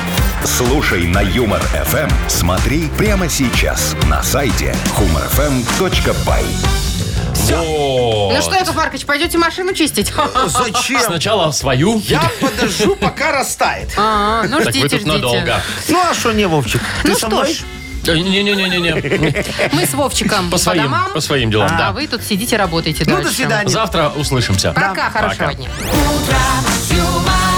A: Слушай на Юмор ФМ. Смотри прямо сейчас на сайте humorfm.by.
D: Вот.
E: Ну что, Яков Маркович, пойдете машину чистить?
F: Ну, Зачем?
D: Сначала свою.
F: Я подожду, пока растает.
E: А, ну
D: Так вы
E: ждите,
D: тут
E: ждите.
D: надолго.
F: Ну, а что не, Вовчик? Ты
E: Ну
F: со
E: что
F: мной?
E: ж,
D: Э, Не-не-не-не-не.
E: мы с Вовчиком
D: По
E: по
D: своим,
E: домам,
D: по своим делам,
E: а
D: да.
E: вы тут сидите, работаете
F: Ну,
E: дальше.
F: до свидания.
D: Завтра услышимся.
E: Пока, хорошего
D: Пока.
E: дня.
J: Утро с юмором.